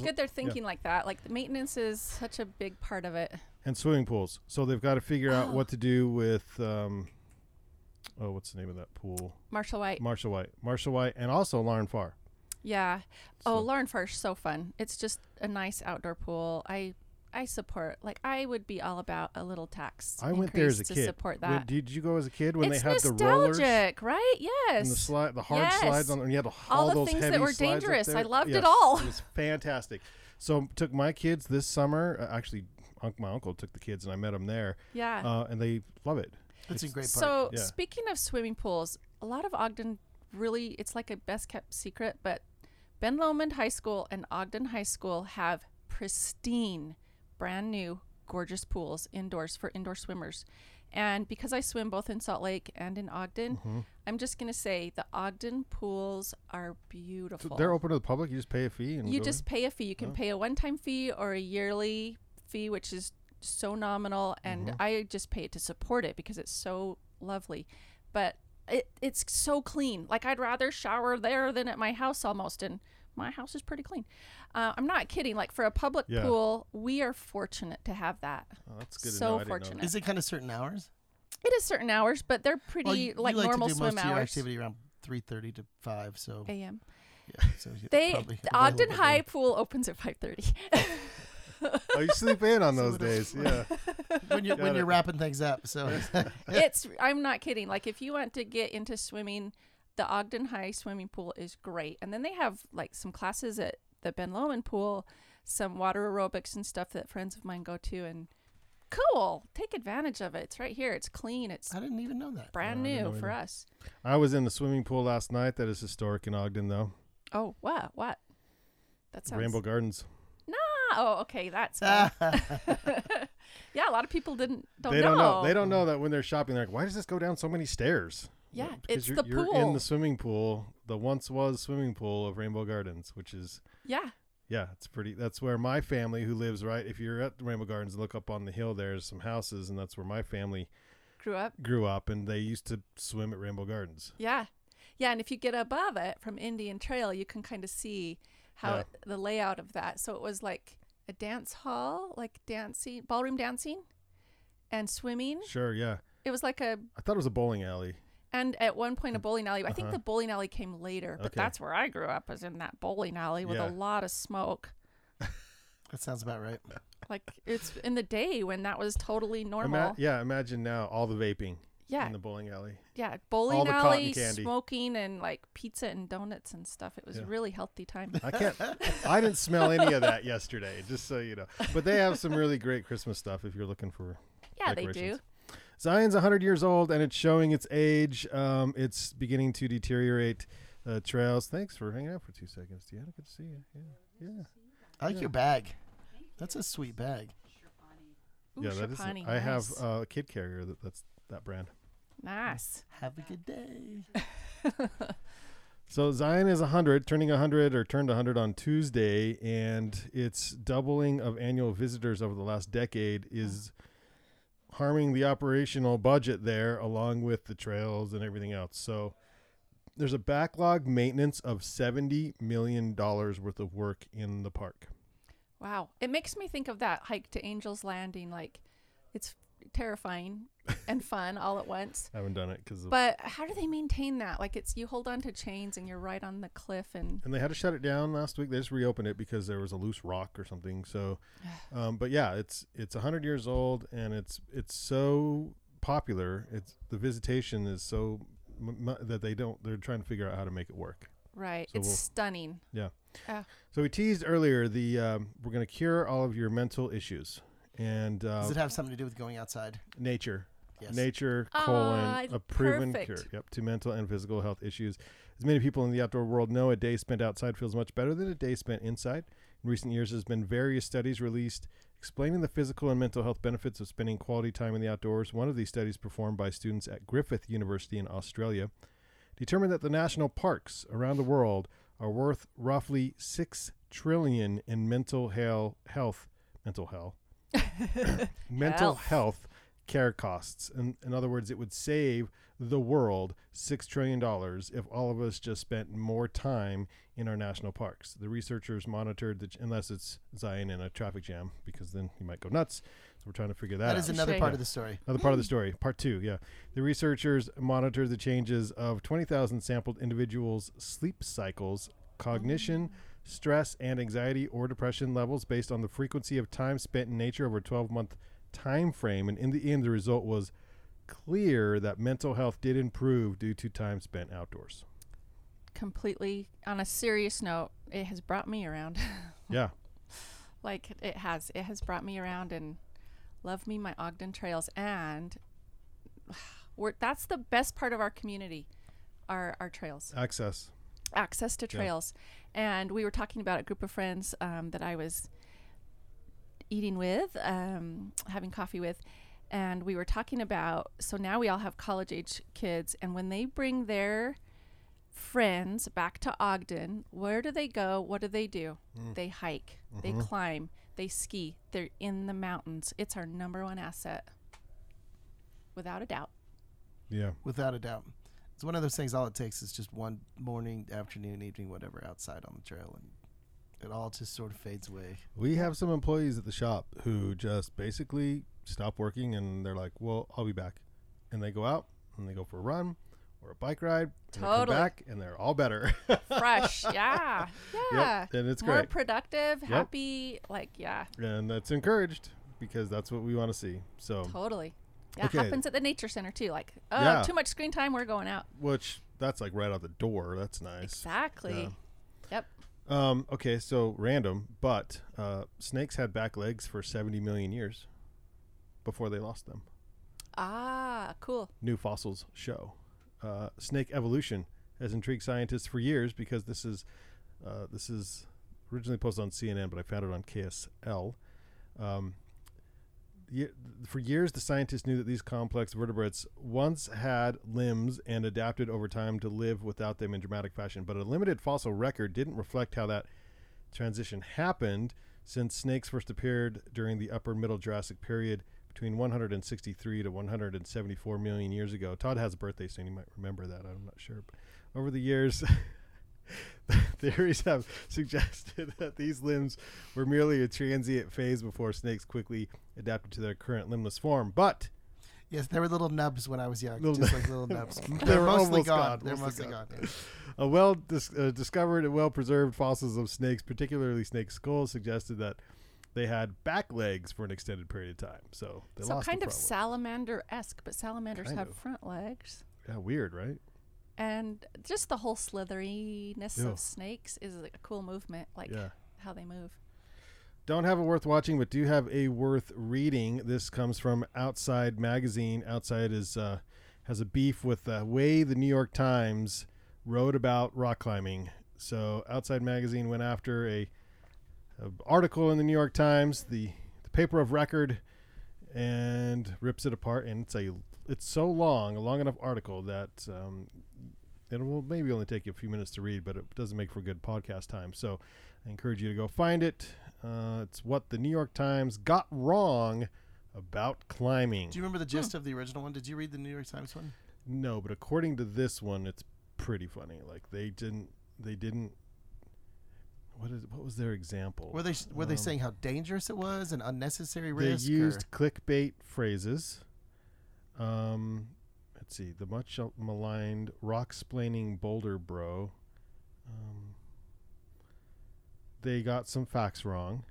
Speaker 2: there's a-
Speaker 4: good they're thinking like that. Like the maintenance is such a big part of it.
Speaker 2: and swimming pools. So they've got to figure out what
Speaker 4: Oh.
Speaker 2: to do with. Um, oh, what's the name of that pool?
Speaker 4: Marshall White.
Speaker 2: Marshall White, Marshall White, and also Lauren Farr.
Speaker 4: Yeah. Oh, Lauren Farsh, so fun. It's just a nice outdoor pool. I I support. Like I would be all about a little tax.
Speaker 2: I went there as a
Speaker 4: increase
Speaker 2: kid.
Speaker 4: to support
Speaker 2: When-
Speaker 4: that.
Speaker 2: did you go as a kid when
Speaker 4: it's
Speaker 2: they had the rollers and
Speaker 4: nostalgic, right? Yes.
Speaker 2: the slide, the hard
Speaker 4: Yes.
Speaker 2: slides on, and you had to haul
Speaker 4: All the
Speaker 2: those
Speaker 4: things that
Speaker 2: heavy
Speaker 4: were
Speaker 2: slides up
Speaker 4: dangerous. I
Speaker 2: there?
Speaker 4: loved it
Speaker 2: Yes,
Speaker 4: all.
Speaker 2: It was fantastic. So took my kids this summer. Uh, actually, unc- my uncle took the kids, and I met them there.
Speaker 4: Yeah.
Speaker 2: uh, and they love it.
Speaker 3: That's a great part.
Speaker 4: So
Speaker 2: Yeah.
Speaker 4: speaking of swimming pools, a lot of Ogden really it's like a best kept secret, but Ben Lomond High School and Ogden High School have pristine, brand new, gorgeous pools indoors for indoor swimmers. And because I swim both in Salt Lake and in Ogden,
Speaker 3: Mm-hmm.
Speaker 4: I'm just gonna say the Ogden pools are
Speaker 2: So
Speaker 4: beautiful.
Speaker 2: they're open to the public. You just pay a fee, and
Speaker 4: You
Speaker 2: go
Speaker 4: just
Speaker 2: in.
Speaker 4: pay a fee. You
Speaker 3: Oh.
Speaker 4: can pay a one-time fee or a yearly fee, which is so nominal. And
Speaker 3: Uh-huh.
Speaker 4: I just pay it to support it because it's so lovely. But it it's so clean. Like I'd rather shower there than at my house almost. And my house is pretty clean. Uh, I'm not kidding. Like for a public
Speaker 2: Yeah.
Speaker 4: pool, we are fortunate to have that.
Speaker 2: Oh, that's good. to
Speaker 4: so
Speaker 2: know. I didn't know that.
Speaker 4: fortunate.
Speaker 3: Is it kind of certain hours?
Speaker 4: It is certain hours, but they're pretty
Speaker 3: Well, you,
Speaker 4: like
Speaker 3: you like
Speaker 4: normal
Speaker 3: to do
Speaker 4: swim
Speaker 3: most of your
Speaker 4: hours.
Speaker 3: activity around three thirty to five. So,
Speaker 4: A.M.
Speaker 3: yeah, so you
Speaker 4: They
Speaker 3: probably
Speaker 4: the
Speaker 3: have a little
Speaker 4: Ogden
Speaker 3: bit
Speaker 4: High
Speaker 3: of-
Speaker 4: pool opens at 5:30.
Speaker 2: Oh, you sleep in on those
Speaker 3: Sort of.
Speaker 2: days, yeah.
Speaker 3: when you're when
Speaker 2: Got
Speaker 3: you're
Speaker 2: it.
Speaker 3: wrapping things up. So
Speaker 4: it's I'm not kidding. Like if you want to get into swimming, the Ogden High swimming pool is great. And then they have like some classes at the Ben Lomond pool, some water aerobics and stuff that friends of mine go to and cool. Take advantage of it. It's right here. It's clean. It's
Speaker 3: I didn't even know that.
Speaker 4: brand
Speaker 2: I didn't
Speaker 4: new
Speaker 2: know
Speaker 4: for
Speaker 2: either.
Speaker 4: us.
Speaker 2: I was in the swimming pool last night. That is historic in Ogden, though.
Speaker 4: Oh, what? What? That sounds
Speaker 2: Rainbow Gardens.
Speaker 4: Ah, oh, okay. That's fun. Yeah, a lot of people didn't don't
Speaker 2: they
Speaker 4: know.
Speaker 2: don't know. They don't know that when they're shopping, they're like, "Why does this go down so many stairs?"
Speaker 4: Yeah,
Speaker 2: Well,
Speaker 4: it's
Speaker 2: you're,
Speaker 4: the
Speaker 2: you're in
Speaker 4: pool.
Speaker 2: the swimming pool, the once was swimming pool of Rainbow Gardens, which is
Speaker 4: Yeah.
Speaker 2: yeah, it's pretty. That's where my family who lives right. If you're at Rainbow Gardens and look up on the hill, there's some houses, and that's where my family
Speaker 4: Grew up.
Speaker 2: grew up, and they used to swim at Rainbow Gardens.
Speaker 4: Yeah. Yeah. And if you get above it from Indian Trail, you can kind of see how
Speaker 2: Yeah.
Speaker 4: it, the layout of that. So it was like a dance hall, like dancing, ballroom dancing and swimming.
Speaker 2: Sure, yeah.
Speaker 4: It was like a,
Speaker 2: I thought it was a bowling alley.
Speaker 4: and at one point a bowling alley. I think the bowling alley came later, but
Speaker 2: Hmm. Uh-huh. Okay.
Speaker 4: that's where I grew up, was in that bowling alley with
Speaker 2: Yeah.
Speaker 4: a lot of smoke.
Speaker 3: That sounds about right.
Speaker 4: Like it's in the day when that was totally normal.
Speaker 2: Ima- yeah, imagine now all the vaping
Speaker 4: yeah.
Speaker 2: in the bowling alley.
Speaker 4: yeah. Bowling
Speaker 2: the cotton
Speaker 4: alley,
Speaker 2: candy.
Speaker 4: smoking, and like pizza and donuts and stuff. It was
Speaker 2: Yeah.
Speaker 4: really healthy time.
Speaker 2: I can't. I didn't smell any of that yesterday. Just so you know, but they have some really great Christmas stuff if you're looking for.
Speaker 4: yeah, they do.
Speaker 2: Decorations. Zion's 100 years old, and it's showing its age. Um, it's beginning to deteriorate. Uh, trails. Thanks for hanging out for two seconds, Deanna. Good to see you. Yeah, yeah.
Speaker 3: I like your bag. That's a sweet bag.
Speaker 4: Ooh,
Speaker 2: yeah, that is.
Speaker 4: Shapani,
Speaker 2: I have
Speaker 4: nice.
Speaker 2: uh, a kid carrier. That, that's that brand.
Speaker 4: Nice.
Speaker 3: Have a good day.
Speaker 2: So Zion is 100, turning 100 or turned 100 on Tuesday, and its doubling of annual visitors over the last decade is harming the operational budget there, along with the trails and everything else. So there's a backlog maintenance of 70 million dollars worth of work in the park.
Speaker 4: Wow. It makes me think of that hike to Angel's Landing. Like, it's terrifying and fun all at once.
Speaker 2: I haven't done it because
Speaker 4: But how do they maintain that? Like, it's you hold on to chains and you're right on the cliff. And
Speaker 2: and they had to shut it down last week. They just reopened it because there was a loose rock or something. So, um, but yeah, it's it's hundred years old and it's it's so popular. It's the visitation is so m- m- that they don't. They're trying to figure out how to make it work.
Speaker 4: right,
Speaker 2: So
Speaker 4: it's
Speaker 2: we'll-
Speaker 4: stunning.
Speaker 2: Yeah.
Speaker 4: Ah.
Speaker 2: So we teased earlier the um, we're going to cure all of your mental issues and uh,
Speaker 3: Does it have something to do with going outside?
Speaker 2: nature.
Speaker 3: Yes.
Speaker 2: nature colon
Speaker 4: Ah,
Speaker 2: a proven cure
Speaker 4: perfect.
Speaker 2: yep to mental and physical health issues as many people in the outdoor world know a day spent outside feels much better than a day spent inside in recent years there's been various studies released explaining the physical and mental health benefits of spending quality time in the outdoors one of these studies performed by students at griffith university in australia determined that the national parks around the world are worth roughly 6 trillion in mental health health mental health mental
Speaker 4: Health.
Speaker 2: health care costs. In, in other words, it would save the world $6 trillion if all of us just spent more time in our national parks. The researchers monitored, the, unless it's Zion in a traffic jam, because then you might go nuts. So we're trying to figure that,
Speaker 3: That
Speaker 2: out.
Speaker 3: is another
Speaker 4: Touché.
Speaker 3: part of the story.
Speaker 2: Another part of the story, part two, yeah. The researchers monitored the changes of 20,000 sampled individuals' sleep cycles, cognition, stress, and anxiety or depression levels based on the frequency of time spent in nature over a 12 month time frame. And in the end, the result was clear that mental health did improve due to time spent outdoors.
Speaker 4: Completely on a serious note, it has brought me around.
Speaker 2: Yeah.
Speaker 4: like it has. It has brought me around and love me my Ogden trails and we're, that's the best part of our community. Our, our trails.
Speaker 2: Access.
Speaker 4: access to trails. And we were talking about a group of friends um, that I was eating with, um, having coffee with, and we were talking about. So now we all have college age kids, and when they bring their friends back to Ogden, where do they go? What do they do? They hike, they climb, they ski, they're in the mountains. It's our number one asset, without a doubt.
Speaker 2: Yeah.
Speaker 3: Without a doubt. It's one of those things all it takes is just one morning, afternoon, evening, whatever outside on the trail and it all just sort of fades away.
Speaker 2: We have some employees at the shop who just basically stop working and they're like, "Well, I'll be back," and they go out and they go for a run or a bike ride. And They
Speaker 4: Totally.
Speaker 2: come back and they're all better.
Speaker 4: Fresh, yeah, yeah.
Speaker 2: and it's
Speaker 4: more
Speaker 2: great.
Speaker 4: productive, happy, like yeah.
Speaker 2: and that's encouraged because that's what we want to see. So,
Speaker 4: Totally. Yeah,
Speaker 2: Um, Okay.
Speaker 4: it happens at the nature center too. Like, oh,
Speaker 2: Yeah.
Speaker 4: too much screen time, we're going out.
Speaker 2: which that's like right out the door. That's nice.
Speaker 4: Exactly. Yep.
Speaker 2: Um, okay, so random, but uh, snakes had back legs for 70 million years before they lost them.
Speaker 4: Ah, cool.
Speaker 2: new fossils show. Uh, snake evolution has intrigued scientists for years because this is uh, this is originally posted on CNN, but I found it on KSL. Um, ye- for years, the scientists knew that these complex vertebrates once had limbs and adapted over time to live without them in dramatic fashion, but a limited fossil record didn't reflect how that transition happened since snakes first appeared during the upper middle Jurassic period between 163 to 174 million years ago. Todd has a birthday soon. He might remember that. I'm not sure. But over the years, theories have suggested that these limbs were merely a transient phase before snakes quickly adapted to their current limbless form. But
Speaker 3: Yes, there were little nubs when I was young.
Speaker 2: Little
Speaker 3: just
Speaker 2: nub-
Speaker 3: like little nubs.
Speaker 2: They
Speaker 3: They're
Speaker 2: were
Speaker 3: mostly
Speaker 2: almost
Speaker 3: gone.
Speaker 2: gone,
Speaker 3: They're
Speaker 2: mostly
Speaker 3: mostly
Speaker 2: gone.
Speaker 3: gone.
Speaker 2: a well dis- uh, discovered and well preserved fossils of snakes, particularly snake skulls, suggested that they had back legs for an extended period of time. So they
Speaker 4: so
Speaker 2: lost
Speaker 4: kind
Speaker 2: the
Speaker 4: of
Speaker 2: problem.
Speaker 4: salamander esque, but salamanders
Speaker 2: Kind
Speaker 4: have
Speaker 2: of.
Speaker 4: front legs.
Speaker 2: yeah, weird, right?
Speaker 4: And just the whole slitheriness
Speaker 2: Yeah.
Speaker 4: of snakes is a cool movement, like
Speaker 2: Yeah.
Speaker 4: how they move.
Speaker 2: Don't have a worth watching, but do have a worth reading. This comes from Outside Magazine. Outside is uh, has a beef with the way the New York Times wrote about rock climbing. So Outside Magazine went after a, a article in the New York Times, the the paper of record, and rips it apart. And it's a it's so long, a long enough article that um, it will maybe only take you a few minutes to read, but it doesn't make for good podcast time. So I encourage you to go find it. Uh, it's what the New York Times got wrong about climbing.
Speaker 3: Do you remember the gist of the original one? Did you read the New York Times one?
Speaker 2: no, but according to this one, it's pretty funny. Like they didn't, they didn't. What is? What was their example?
Speaker 3: Were they were they saying how dangerous it was and unnecessary
Speaker 2: Um, they
Speaker 3: risk?
Speaker 2: used clickbait phrases. Um, let's see, the much maligned rock-splaining boulder bro. Um, they got some facts wrong.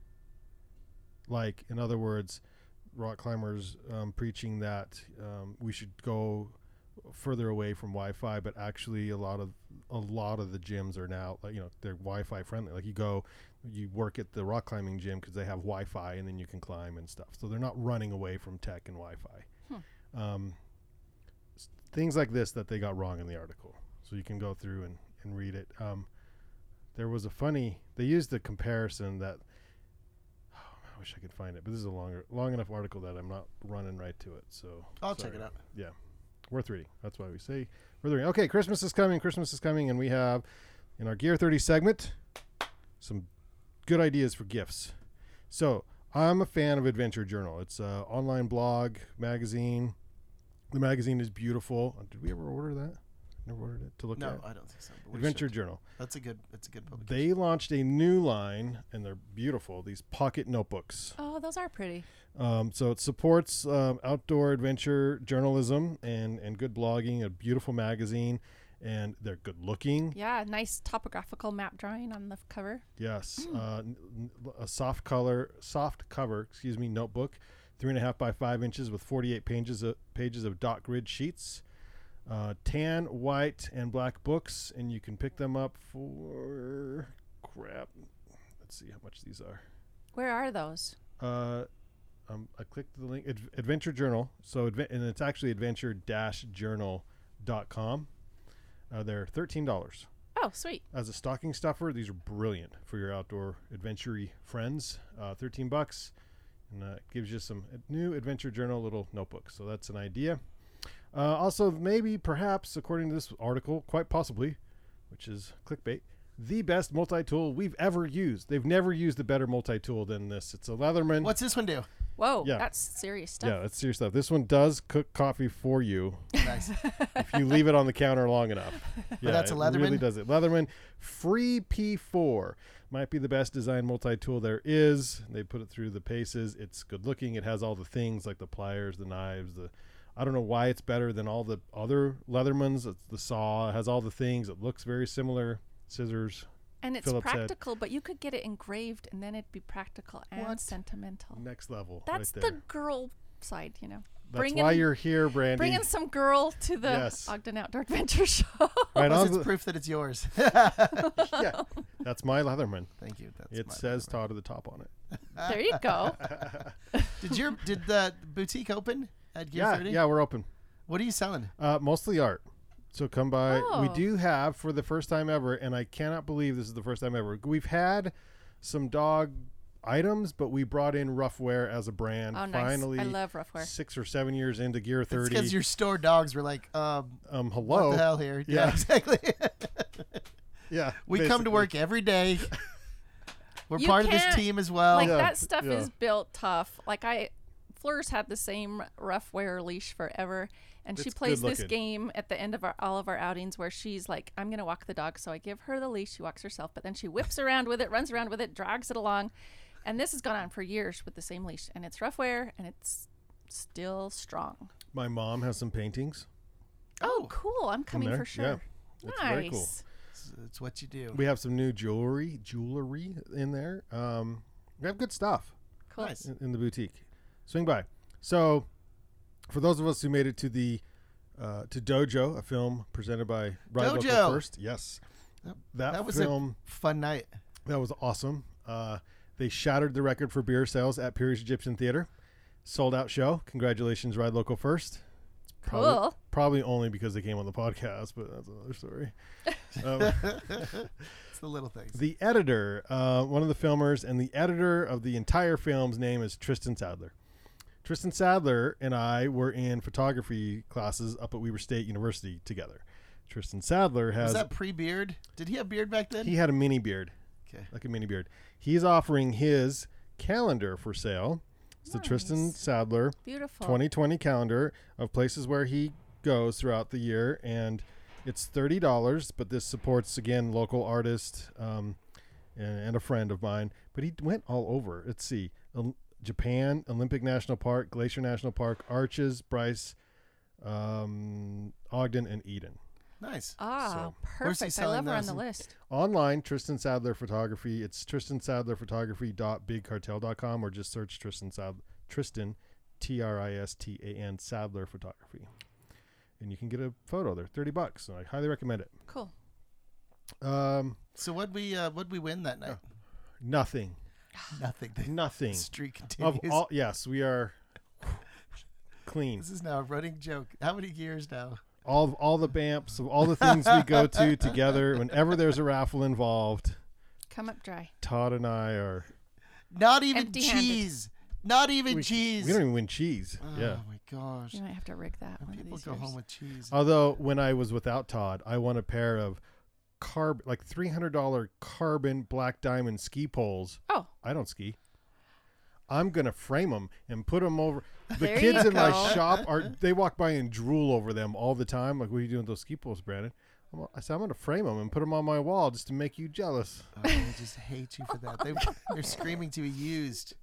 Speaker 2: Like, in other words, rock climbers um, preaching that um, we should go further away from Wi-Fi, but actually a lot of a lot of the gyms are now like you know they're Wi-Fi friendly. Like you go, you work at the rock climbing gym because they have Wi-Fi, and then you can climb and stuff. So they're not running away from tech and Wi-Fi. Um, things like this that they got wrong in the article. So you can go through and, and read it. Um, there was a funny, they used a comparison that, I wish I could find it, but this is a longer, long enough article that I'm not running right to it. So
Speaker 3: I'll check
Speaker 2: sorry.
Speaker 3: it out.
Speaker 2: Yeah. Worth reading. That's why we say worth reading. Okay, Christmas is coming. Christmas is coming. And we have in our Gear 30 segment some good ideas for gifts. So I'm a fan of Adventure Journal. It's an online blog, magazine. The magazine is beautiful. Uh, Did we ever order that? Never ordered it to look
Speaker 3: No,
Speaker 2: at.
Speaker 3: I don't think so. but we
Speaker 2: Adventure
Speaker 3: should.
Speaker 2: Journal.
Speaker 3: That's a good. That's a good book.
Speaker 2: They launched a new line, and they're beautiful. These pocket notebooks.
Speaker 4: Oh, those are pretty.
Speaker 2: Um, so it supports um, outdoor adventure journalism and, and good blogging, a beautiful magazine, and they're good looking.
Speaker 4: Yeah, nice topographical map drawing on the cover.
Speaker 2: Yes, uh, n- n- a soft color, soft cover, excuse me, notebook, three and a half by five inches with 48 pages of, pages of dot grid sheets, uh, tan, white, and black books, and you can pick them up for crap. Let's see how much these are.
Speaker 4: Where are those?
Speaker 2: uh, um, I clicked the link Ad- Adventure Journal. So adve- and it's actually adventure-journal.com. Uh, they're thirteen dollars
Speaker 4: Oh, sweet.
Speaker 2: as a stocking stuffer. These are brilliant for your outdoor adventure friends. Uh, thirteen bucks, and uh, it gives you some ad- new Adventure Journal little notebooks. So that's an idea. Uh, also, maybe, perhaps, according to this article, quite possibly, which is clickbait, the best multi-tool we've ever used. They've never used a better multi-tool than this. It's a Leatherman.
Speaker 3: What's this one do?
Speaker 4: Whoa,
Speaker 2: Yeah.
Speaker 4: that's serious
Speaker 2: Yeah,
Speaker 4: stuff.
Speaker 2: that's serious stuff. This one does cook coffee for you
Speaker 3: Nice.
Speaker 2: if you leave it on the counter long enough. Yeah,
Speaker 3: that's a
Speaker 2: It really
Speaker 3: Leatherman?
Speaker 2: does it. Leatherman Free P4 might be the best design multi tool there is. They put it through the paces. It's good looking. It has all the things like the pliers, the knives, the. I don't know why it's better than all the other Leathermans. It's the saw. It has all the things. It looks very similar. Scissors.
Speaker 4: and it's
Speaker 2: Philip said-
Speaker 4: practical, but you could get it engraved and then it'd be practical and
Speaker 3: What?
Speaker 4: sentimental.
Speaker 2: Next level.
Speaker 4: That's
Speaker 2: Mm, right there.
Speaker 4: the girl side, you know.
Speaker 2: That's why
Speaker 4: in-
Speaker 2: you're here, Brandy.
Speaker 4: bring in some girl to the
Speaker 2: Yes.
Speaker 4: Ogden Outdoor Adventure Show.
Speaker 2: right
Speaker 3: Plus,
Speaker 2: on.
Speaker 3: it's
Speaker 2: the-
Speaker 3: proof that it's yours.
Speaker 2: yeah. That's my Leatherman.
Speaker 3: Thank you. That's
Speaker 2: It
Speaker 3: my
Speaker 2: says Todd at the top on it.
Speaker 4: there you go.
Speaker 3: Did your did the boutique open at Gear
Speaker 2: yeah,
Speaker 3: 30?
Speaker 2: yeah, we're open.
Speaker 3: What are you selling?
Speaker 2: Uh, mostly art. So come by. We
Speaker 4: Oh.
Speaker 2: do have for the first time ever, and I cannot believe this is the first time ever. We've had some dog items, but we brought in Roughwear as a brand.
Speaker 4: Oh, nice. I
Speaker 2: Finally,
Speaker 4: love Roughwear.
Speaker 2: Six or seven years into Gear
Speaker 3: It's
Speaker 2: Thirty.
Speaker 3: because your store dogs were like, um,
Speaker 2: um,
Speaker 3: what
Speaker 2: hello.
Speaker 3: the hell here? Yeah,
Speaker 2: Yeah.
Speaker 3: exactly.
Speaker 2: Yeah,
Speaker 3: we come
Speaker 2: basically.
Speaker 3: to work every day. We're
Speaker 4: You
Speaker 3: part of this
Speaker 4: can't-
Speaker 3: team as well.
Speaker 4: like
Speaker 2: Yeah,
Speaker 4: that stuff
Speaker 2: yeah.
Speaker 4: is built tough. Like I, Fleur's had the same rough wear leash forever, and she
Speaker 2: It's
Speaker 4: plays
Speaker 2: good
Speaker 4: this
Speaker 2: looking.
Speaker 4: game at the end of our, all of our outings where she's like, "I'm gonna walk the dog," so I give her the leash. She walks herself, but then she whips around with it, runs around with it, drags it along, and this has gone on for years with the same leash, and it's rough wear, and it's still strong.
Speaker 2: My mom has some paintings.
Speaker 4: Oh, cool! I'm coming
Speaker 2: there,
Speaker 4: for
Speaker 2: yeah.
Speaker 4: sure.
Speaker 2: It's
Speaker 4: nice.
Speaker 2: very cool.
Speaker 3: It's, it's what you do.
Speaker 2: We have some new jewelry, jewelry in there. Um, we have good stuff.
Speaker 4: Cool.
Speaker 3: Nice.
Speaker 2: in, in the boutique. Swing by. So, for those of us who made it to the uh, to Dojo, a film presented by Ryan
Speaker 3: Dojo!
Speaker 2: First, yes,
Speaker 3: Yep.
Speaker 2: that,
Speaker 3: That was
Speaker 2: film
Speaker 3: a fun night.
Speaker 2: that was awesome. Uh, they shattered the record for beer sales at Pierce Egyptian Theater. Sold out show. Congratulations, Ride Local First. Probably,
Speaker 4: Cool.
Speaker 2: Probably only because they came on the podcast, but that's another story. Um,
Speaker 3: It's the little things.
Speaker 2: the editor, uh, one of the filmers, and the editor of the entire film's name is Tristan Sadler. Tristan Sadler and I were in photography classes up at Weber State University together. Tristan Sadler has
Speaker 3: Was that pre-beard? Did he have beard back then?
Speaker 2: he had a mini beard,
Speaker 3: okay.
Speaker 2: like a mini beard. He's offering his calendar for sale. It's the Tristan Sadler
Speaker 4: Beautiful.
Speaker 2: 2020 calendar of places where he goes throughout the year, and it's thirty dollars. But this supports again local artists um, and, and a friend of mine. But he went all over. Let's see: Ol- Japan, Olympic National Park, Glacier National Park, Arches, Bryce, um, Ogden, and Eden.
Speaker 3: Nice.
Speaker 4: Ah,
Speaker 2: So-
Speaker 3: Where's he
Speaker 4: perfect. I
Speaker 3: selling
Speaker 4: love her on
Speaker 3: those?
Speaker 4: the list.
Speaker 2: Online, Tristan Sadler Photography. It's Tristan Sadler Photography.bigcartel.com or just search Tristan Sad Tristan T R I S T A N Sadler Photography. And you can get a photo there, thirty bucks. And I highly recommend it.
Speaker 4: Cool.
Speaker 2: Um,
Speaker 3: So what we uh, what we win that night?
Speaker 2: nothing.
Speaker 3: Nothing. The
Speaker 2: Nothing.
Speaker 3: streak
Speaker 2: Of
Speaker 3: continues.
Speaker 2: all yes, we are clean.
Speaker 3: this is now a running joke. How many years now?
Speaker 2: all all the bamps, all the things we go to together. Whenever there's a raffle involved,
Speaker 4: Come up dry.
Speaker 2: Todd and I are.
Speaker 3: Not even
Speaker 4: Empty-handed.
Speaker 3: cheese. Not even
Speaker 2: We,
Speaker 3: cheese.
Speaker 2: we don't even win cheese. yeah.
Speaker 3: Oh my gosh.
Speaker 4: You might have to rig that. One of
Speaker 3: People
Speaker 4: these
Speaker 3: go
Speaker 4: years.
Speaker 3: home with cheese.
Speaker 2: Although when I was without Todd, I won a pair of carb like three hundred dollar carbon black diamond ski poles.
Speaker 4: Oh,
Speaker 2: I don't ski. I'm gonna frame them and put them over. The
Speaker 4: There
Speaker 2: kids
Speaker 4: you
Speaker 2: in my
Speaker 4: go.
Speaker 2: shop are they walk by and drool over them all the time. Like, what are you doing with those ski poles, Brandon? I'm, all- I said I'm gonna frame them and put them on my wall just to make you jealous.
Speaker 3: Oh, I just hate you for that. They, they're screaming to be used.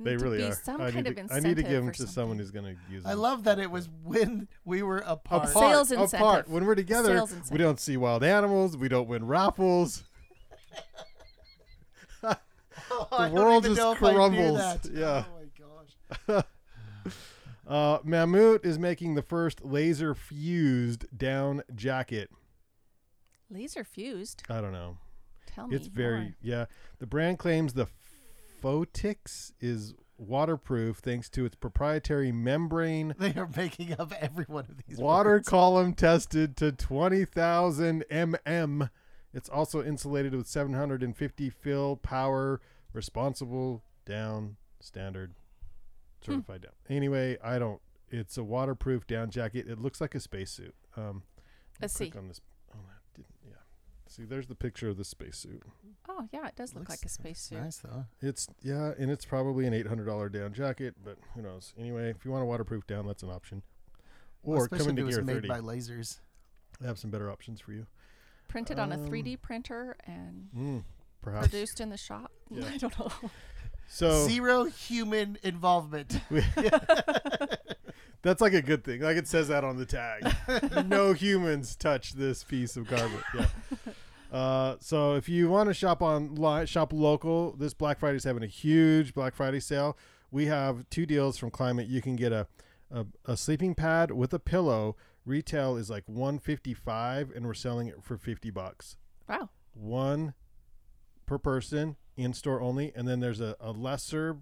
Speaker 2: They
Speaker 4: need to
Speaker 2: really
Speaker 4: be
Speaker 2: are.
Speaker 4: Some
Speaker 2: I,
Speaker 4: kind
Speaker 2: need
Speaker 4: of
Speaker 2: to, I
Speaker 4: incentive
Speaker 2: need to give them
Speaker 4: or
Speaker 2: to
Speaker 4: something.
Speaker 2: someone who's gonna use them.
Speaker 3: I love that it was when we were apart.
Speaker 2: Mm. apart,
Speaker 4: Sales
Speaker 2: apart.
Speaker 4: incentive.
Speaker 2: When we're together,
Speaker 4: Sales
Speaker 2: we
Speaker 4: incentive.
Speaker 2: don't see wild animals. We don't win raffles.
Speaker 3: Oh,
Speaker 2: the
Speaker 3: I don't
Speaker 2: world
Speaker 3: even
Speaker 2: just
Speaker 3: know if I knew
Speaker 2: crumbles.
Speaker 3: that.
Speaker 2: Yeah.
Speaker 3: Oh my gosh.
Speaker 2: Uh, Mammut is making the first laser fused down jacket.
Speaker 4: Laser fused.
Speaker 2: I don't know.
Speaker 4: Tell me.
Speaker 2: It's very yeah. The brand claims the Photix is waterproof thanks to its proprietary membrane
Speaker 3: They are making up every one of these.
Speaker 2: water
Speaker 3: words.
Speaker 2: column tested to 20,000 mm. It's also insulated with 750 fill power responsible down standard certified down. Anyway, I don't it's a waterproof down jacket. It looks like a spacesuit. Um
Speaker 4: Let's
Speaker 2: click
Speaker 4: see.
Speaker 2: on this. Oh, I didn't. Yeah. See, there's the picture of the spacesuit.
Speaker 4: Oh yeah, it does look
Speaker 3: Looks-
Speaker 4: like a spacesuit.
Speaker 3: Nice though.
Speaker 2: It's yeah, and it's probably an eight hundred dollar down jacket, but who knows? Anyway, if you want a waterproof down, that's an option. Or
Speaker 3: Well,
Speaker 2: come
Speaker 3: especially
Speaker 2: into
Speaker 3: if it was
Speaker 2: Gear
Speaker 3: made
Speaker 2: Thirty.
Speaker 3: by lasers.
Speaker 2: They have some better options for you,
Speaker 4: Printed on a
Speaker 2: Um,
Speaker 4: 3D printer and
Speaker 3: Hmm.
Speaker 2: perhaps.
Speaker 4: produced in the shop.
Speaker 2: Yeah.
Speaker 4: I don't know.
Speaker 2: So
Speaker 3: Zero human involvement.
Speaker 2: that's like a good thing. Like it says that on the tag. no humans touch this piece of garbage. Yeah. Uh, so if you want to shop online, shop local. This Black Friday is having a huge Black Friday sale. We have two deals from Climate. You can get a a, a sleeping pad with a pillow. Retail is like one fifty five, and we're selling it for fifty bucks.
Speaker 4: Wow.
Speaker 2: One per person, in store only, and then there's a, a lesser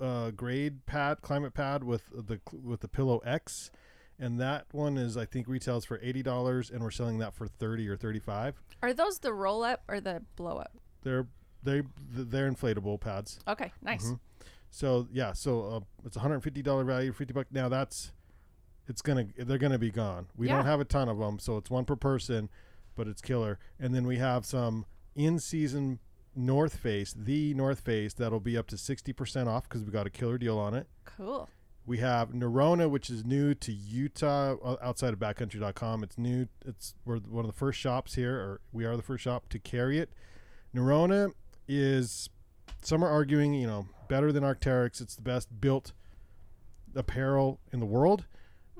Speaker 2: uh, grade pad, climate pad with the with the Pillow X, and that one is I think retails for eighty dollars, and we're selling that for thirty or thirty five.
Speaker 4: Are those the roll up or the blow up?
Speaker 2: They're they they're inflatable pads.
Speaker 4: Okay, nice.
Speaker 2: Mm-hmm. So yeah, so uh, it's a hundred fifty dollar value, fifty bucks. Now that's it's gonna they're gonna be gone. We
Speaker 4: Yeah.
Speaker 2: don't have a ton of them, so it's one per person, but it's killer. And then we have some in season North Face, the North Face that'll be up to sixty percent off because we got a killer deal on it.
Speaker 4: Cool.
Speaker 2: We have Nerona, which is new to Utah o- outside of backcountry.com. It's new. It's we're one of the first shops here, or we are the first shop to carry it. Nerona is some are arguing, you know, better than Arcteryx. It's the best built apparel in the world.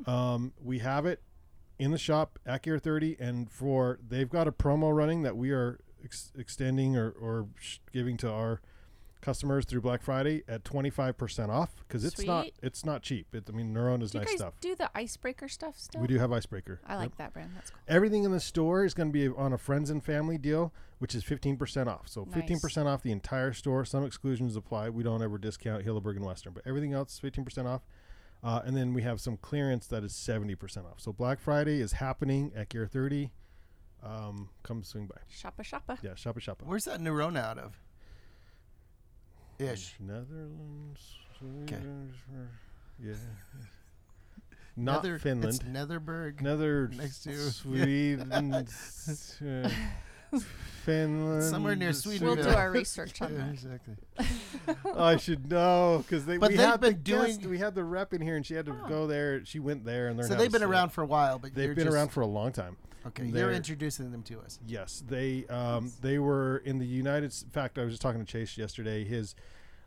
Speaker 2: Um, we have it in the shop at Gear 30, and for they've got a promo running that we are ex- extending or, or sh- giving to our customers through Black Friday at 25% off because it's not
Speaker 4: Sweet.
Speaker 2: it's not cheap. It, I mean, Neurona's
Speaker 4: Do you
Speaker 2: nice
Speaker 4: guys
Speaker 2: stuff.
Speaker 4: do the icebreaker stuff still?
Speaker 2: we do have Icebreaker.
Speaker 4: I like that brand. That's cool.
Speaker 2: Everything in the store is going to be on a friends and family deal, which is 15% off. So
Speaker 4: Nice.
Speaker 2: 15% off the entire store. Some exclusions apply. We don't ever discount Hilleberg and Western, but everything else is 15% off. Uh, and then we have some clearance that is 70% off. So Black Friday is happening at Gear 30. Um, come swing by.
Speaker 4: Shoppa shoppa.
Speaker 2: Yeah, shop it, shop it.
Speaker 3: Where's that neurona out of? Ish.
Speaker 2: Netherlands.
Speaker 3: Okay.
Speaker 2: Yeah. Not
Speaker 3: Nether-
Speaker 2: Finland.
Speaker 3: It's Netherberg.
Speaker 2: Nether
Speaker 3: Next to-
Speaker 2: Sweden, s- uh, Finland,
Speaker 3: Somewhere near Sweden.
Speaker 4: We'll do
Speaker 3: Yeah.
Speaker 4: our research on
Speaker 3: yeah,
Speaker 4: that.
Speaker 3: exactly.
Speaker 2: I should know because they.
Speaker 3: But
Speaker 2: we
Speaker 3: they've
Speaker 2: had the
Speaker 3: been doing-
Speaker 2: guest- we had the rep in here, and she had to
Speaker 4: Oh.
Speaker 2: go there. She went there and learned.
Speaker 3: So
Speaker 2: how to
Speaker 3: they've been
Speaker 2: say it.
Speaker 3: around for a while, but
Speaker 2: They've
Speaker 3: you're
Speaker 2: been
Speaker 3: just,
Speaker 2: around for a long time.
Speaker 3: Okay, you're
Speaker 2: They're-
Speaker 3: introducing them to us.
Speaker 2: Yes, they um, they were in the United. S- In fact, I was just talking to Chase yesterday. His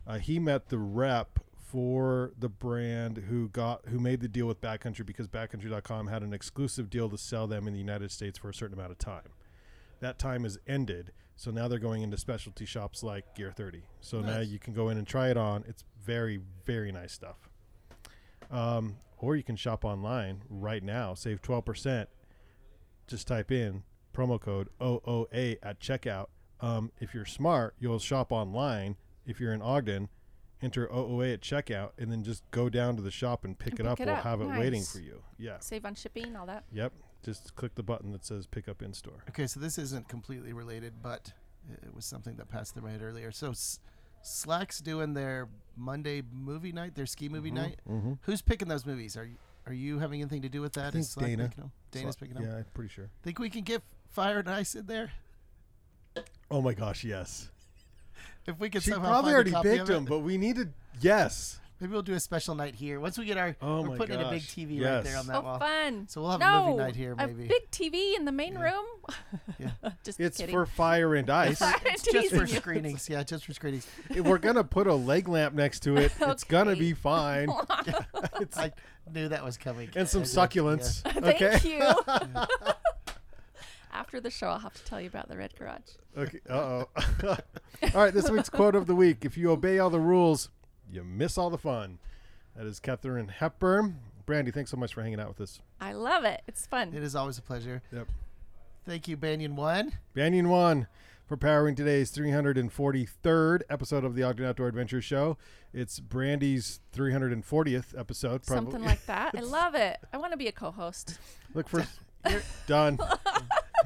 Speaker 2: uh, he met the rep for the brand who got who made the deal with Backcountry because Backcountry.com had an exclusive deal to sell them in the United States for a certain amount of time. That time is ended, so now they're going into specialty shops like Gear Thirty. So now you can go in and try it on. It's very very nice stuff. Um, or you can shop online right now, save twelve percent just type in promo code OOA at checkout. Um, if you're smart, you'll shop online. If you're in Ogden, enter OOA at checkout, and then just go down to the shop and pick
Speaker 4: And
Speaker 2: it up.
Speaker 4: pick it
Speaker 2: we'll
Speaker 4: up.
Speaker 2: have it waiting
Speaker 4: Nice.
Speaker 2: for you. Yeah.
Speaker 4: Save on shipping, all that.
Speaker 2: Yep. Just click the button that says pick up in store.
Speaker 3: Okay, so this isn't completely related, but it was something that passed the mind earlier. So S- Slack's doing their Monday movie night, their ski
Speaker 2: Mm-hmm,
Speaker 3: movie night. Who's picking those movies? Are you, are you having anything to do with that?
Speaker 2: think
Speaker 3: Is Slack
Speaker 2: Dana.
Speaker 3: picking them? Dana's
Speaker 2: So-
Speaker 3: picking them.
Speaker 2: Yeah, I'm pretty sure.
Speaker 3: Think we can get Fire and Ice in there?
Speaker 2: Oh my gosh, yes.
Speaker 3: If we could
Speaker 2: She
Speaker 3: somehow
Speaker 2: probably
Speaker 3: find
Speaker 2: already
Speaker 3: a copy of
Speaker 2: picked
Speaker 3: it.
Speaker 2: him, but we need to. Yes.
Speaker 3: Maybe we'll do a special night here. Once we get our,
Speaker 2: Oh
Speaker 3: we're
Speaker 2: my
Speaker 3: putting in a big
Speaker 2: gosh,
Speaker 3: TV right
Speaker 2: yes.
Speaker 3: there on that
Speaker 4: Oh,
Speaker 3: wall.
Speaker 4: fun.
Speaker 3: So we'll have
Speaker 4: no,
Speaker 3: a movie night here, maybe.
Speaker 4: A big TV in the main room.
Speaker 3: Yeah.
Speaker 4: Just
Speaker 2: It's
Speaker 4: kidding.
Speaker 2: for fire and ice.
Speaker 3: Just for
Speaker 4: Teasing you.
Speaker 3: screenings, yeah, just for screenings.
Speaker 2: We're gonna put a leg lamp next to it. It's gonna
Speaker 4: Okay.
Speaker 2: be fine.
Speaker 3: I knew that was coming.
Speaker 2: And some
Speaker 3: I did,
Speaker 2: succulents.
Speaker 4: Thank
Speaker 2: Okay.
Speaker 4: you. After the show, I'll have to tell you about the Red Garage.
Speaker 2: Okay. Uh oh. all right. This week's quote of the week: If you obey all the rules, you miss all the fun. That is Catherine Hepburn. Brandy, thanks so much for hanging out with us.
Speaker 4: I love it. It's fun.
Speaker 3: yeah. It is always a pleasure.
Speaker 2: Yep.
Speaker 3: Thank you, Banyan One.
Speaker 2: Banyan One for powering today's 343rd episode of the Ogden Outdoor Adventure Show. It's Brandy's 340th episode. Probably.
Speaker 4: Something like that. I love it. I want to be a co-host.
Speaker 2: Look for done.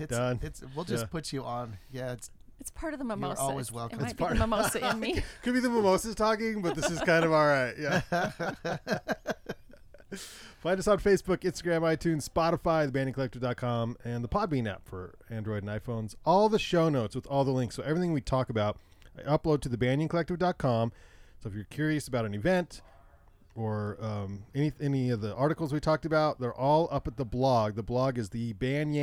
Speaker 3: It's,
Speaker 2: Done.
Speaker 3: It's, we'll just
Speaker 2: Yeah.
Speaker 3: put you on. Yeah, it's
Speaker 4: It's part of the mimosa.
Speaker 3: always
Speaker 4: It's-
Speaker 3: welcome.
Speaker 4: It might
Speaker 3: It's
Speaker 4: be the mimosa in me.
Speaker 2: Could be the mimosas talking, but this is kind of all right. Yeah. Find us on Facebook, Instagram, iTunes, Spotify, thebandingcollector.com, and the Podbean app for Android and iPhones. All the show notes with all the links. So everything we talk about, I upload to thebandingcollective.com. So if you're curious about an event or um, any any of the articles we talked about, they're all up at the blog. The blog is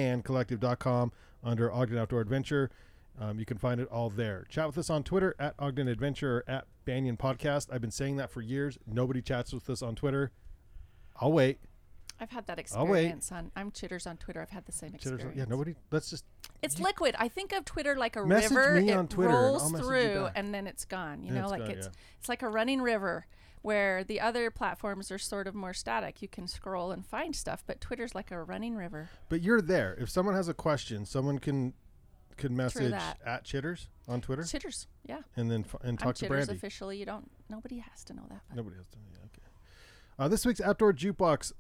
Speaker 2: thebanyancollective.com under Ogden Outdoor Adventure. Um, you can find it all there. Chat with us on Twitter at Ogden Adventure or at Banyan Podcast. I've been saying that for years. Nobody chats with us on Twitter. I'll wait.
Speaker 4: I've had that
Speaker 2: I'll Oh, wait.
Speaker 4: experience on. I'm Chitters on Twitter. I've had the same
Speaker 2: Chitter's-
Speaker 4: experience.
Speaker 2: Yeah, nobody. Let's just
Speaker 4: It's liquid. I think of Twitter like a
Speaker 2: Message
Speaker 4: river.
Speaker 2: me
Speaker 4: it
Speaker 2: on Twitter and I'll
Speaker 4: rolls
Speaker 2: message you
Speaker 4: through
Speaker 2: back.
Speaker 4: and then it's gone. You
Speaker 2: And
Speaker 4: know,
Speaker 2: it's
Speaker 4: like
Speaker 2: gone,
Speaker 4: it's
Speaker 2: yeah.
Speaker 4: it's like a running river where the other platforms are sort of more static. You can scroll and find stuff, but Twitter's like a running river.
Speaker 2: But you're there. If someone has a question, someone can can message
Speaker 4: that.
Speaker 2: at Chitters on Twitter
Speaker 4: Chitters, yeah.
Speaker 2: and then f- and
Speaker 4: I'm
Speaker 2: talk to
Speaker 4: Chitters
Speaker 2: Brandy.
Speaker 4: officially. You don't. Nobody has to know that. But
Speaker 2: Nobody has to. Yeah, okay. Uh, this week's outdoor jukebox,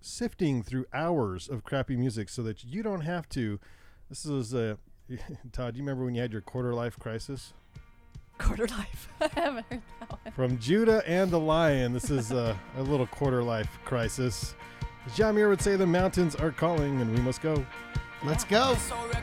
Speaker 2: sifting through hours of crappy music so that you don't have to. This is a Todd. You remember when you had your quarter life crisis?
Speaker 4: quarter life. I haven't heard that one.
Speaker 2: From Judah and the Lion. This is a, a little quarter life crisis. Jamir would say the mountains are calling and we must go.
Speaker 3: let's go.
Speaker 6: It's already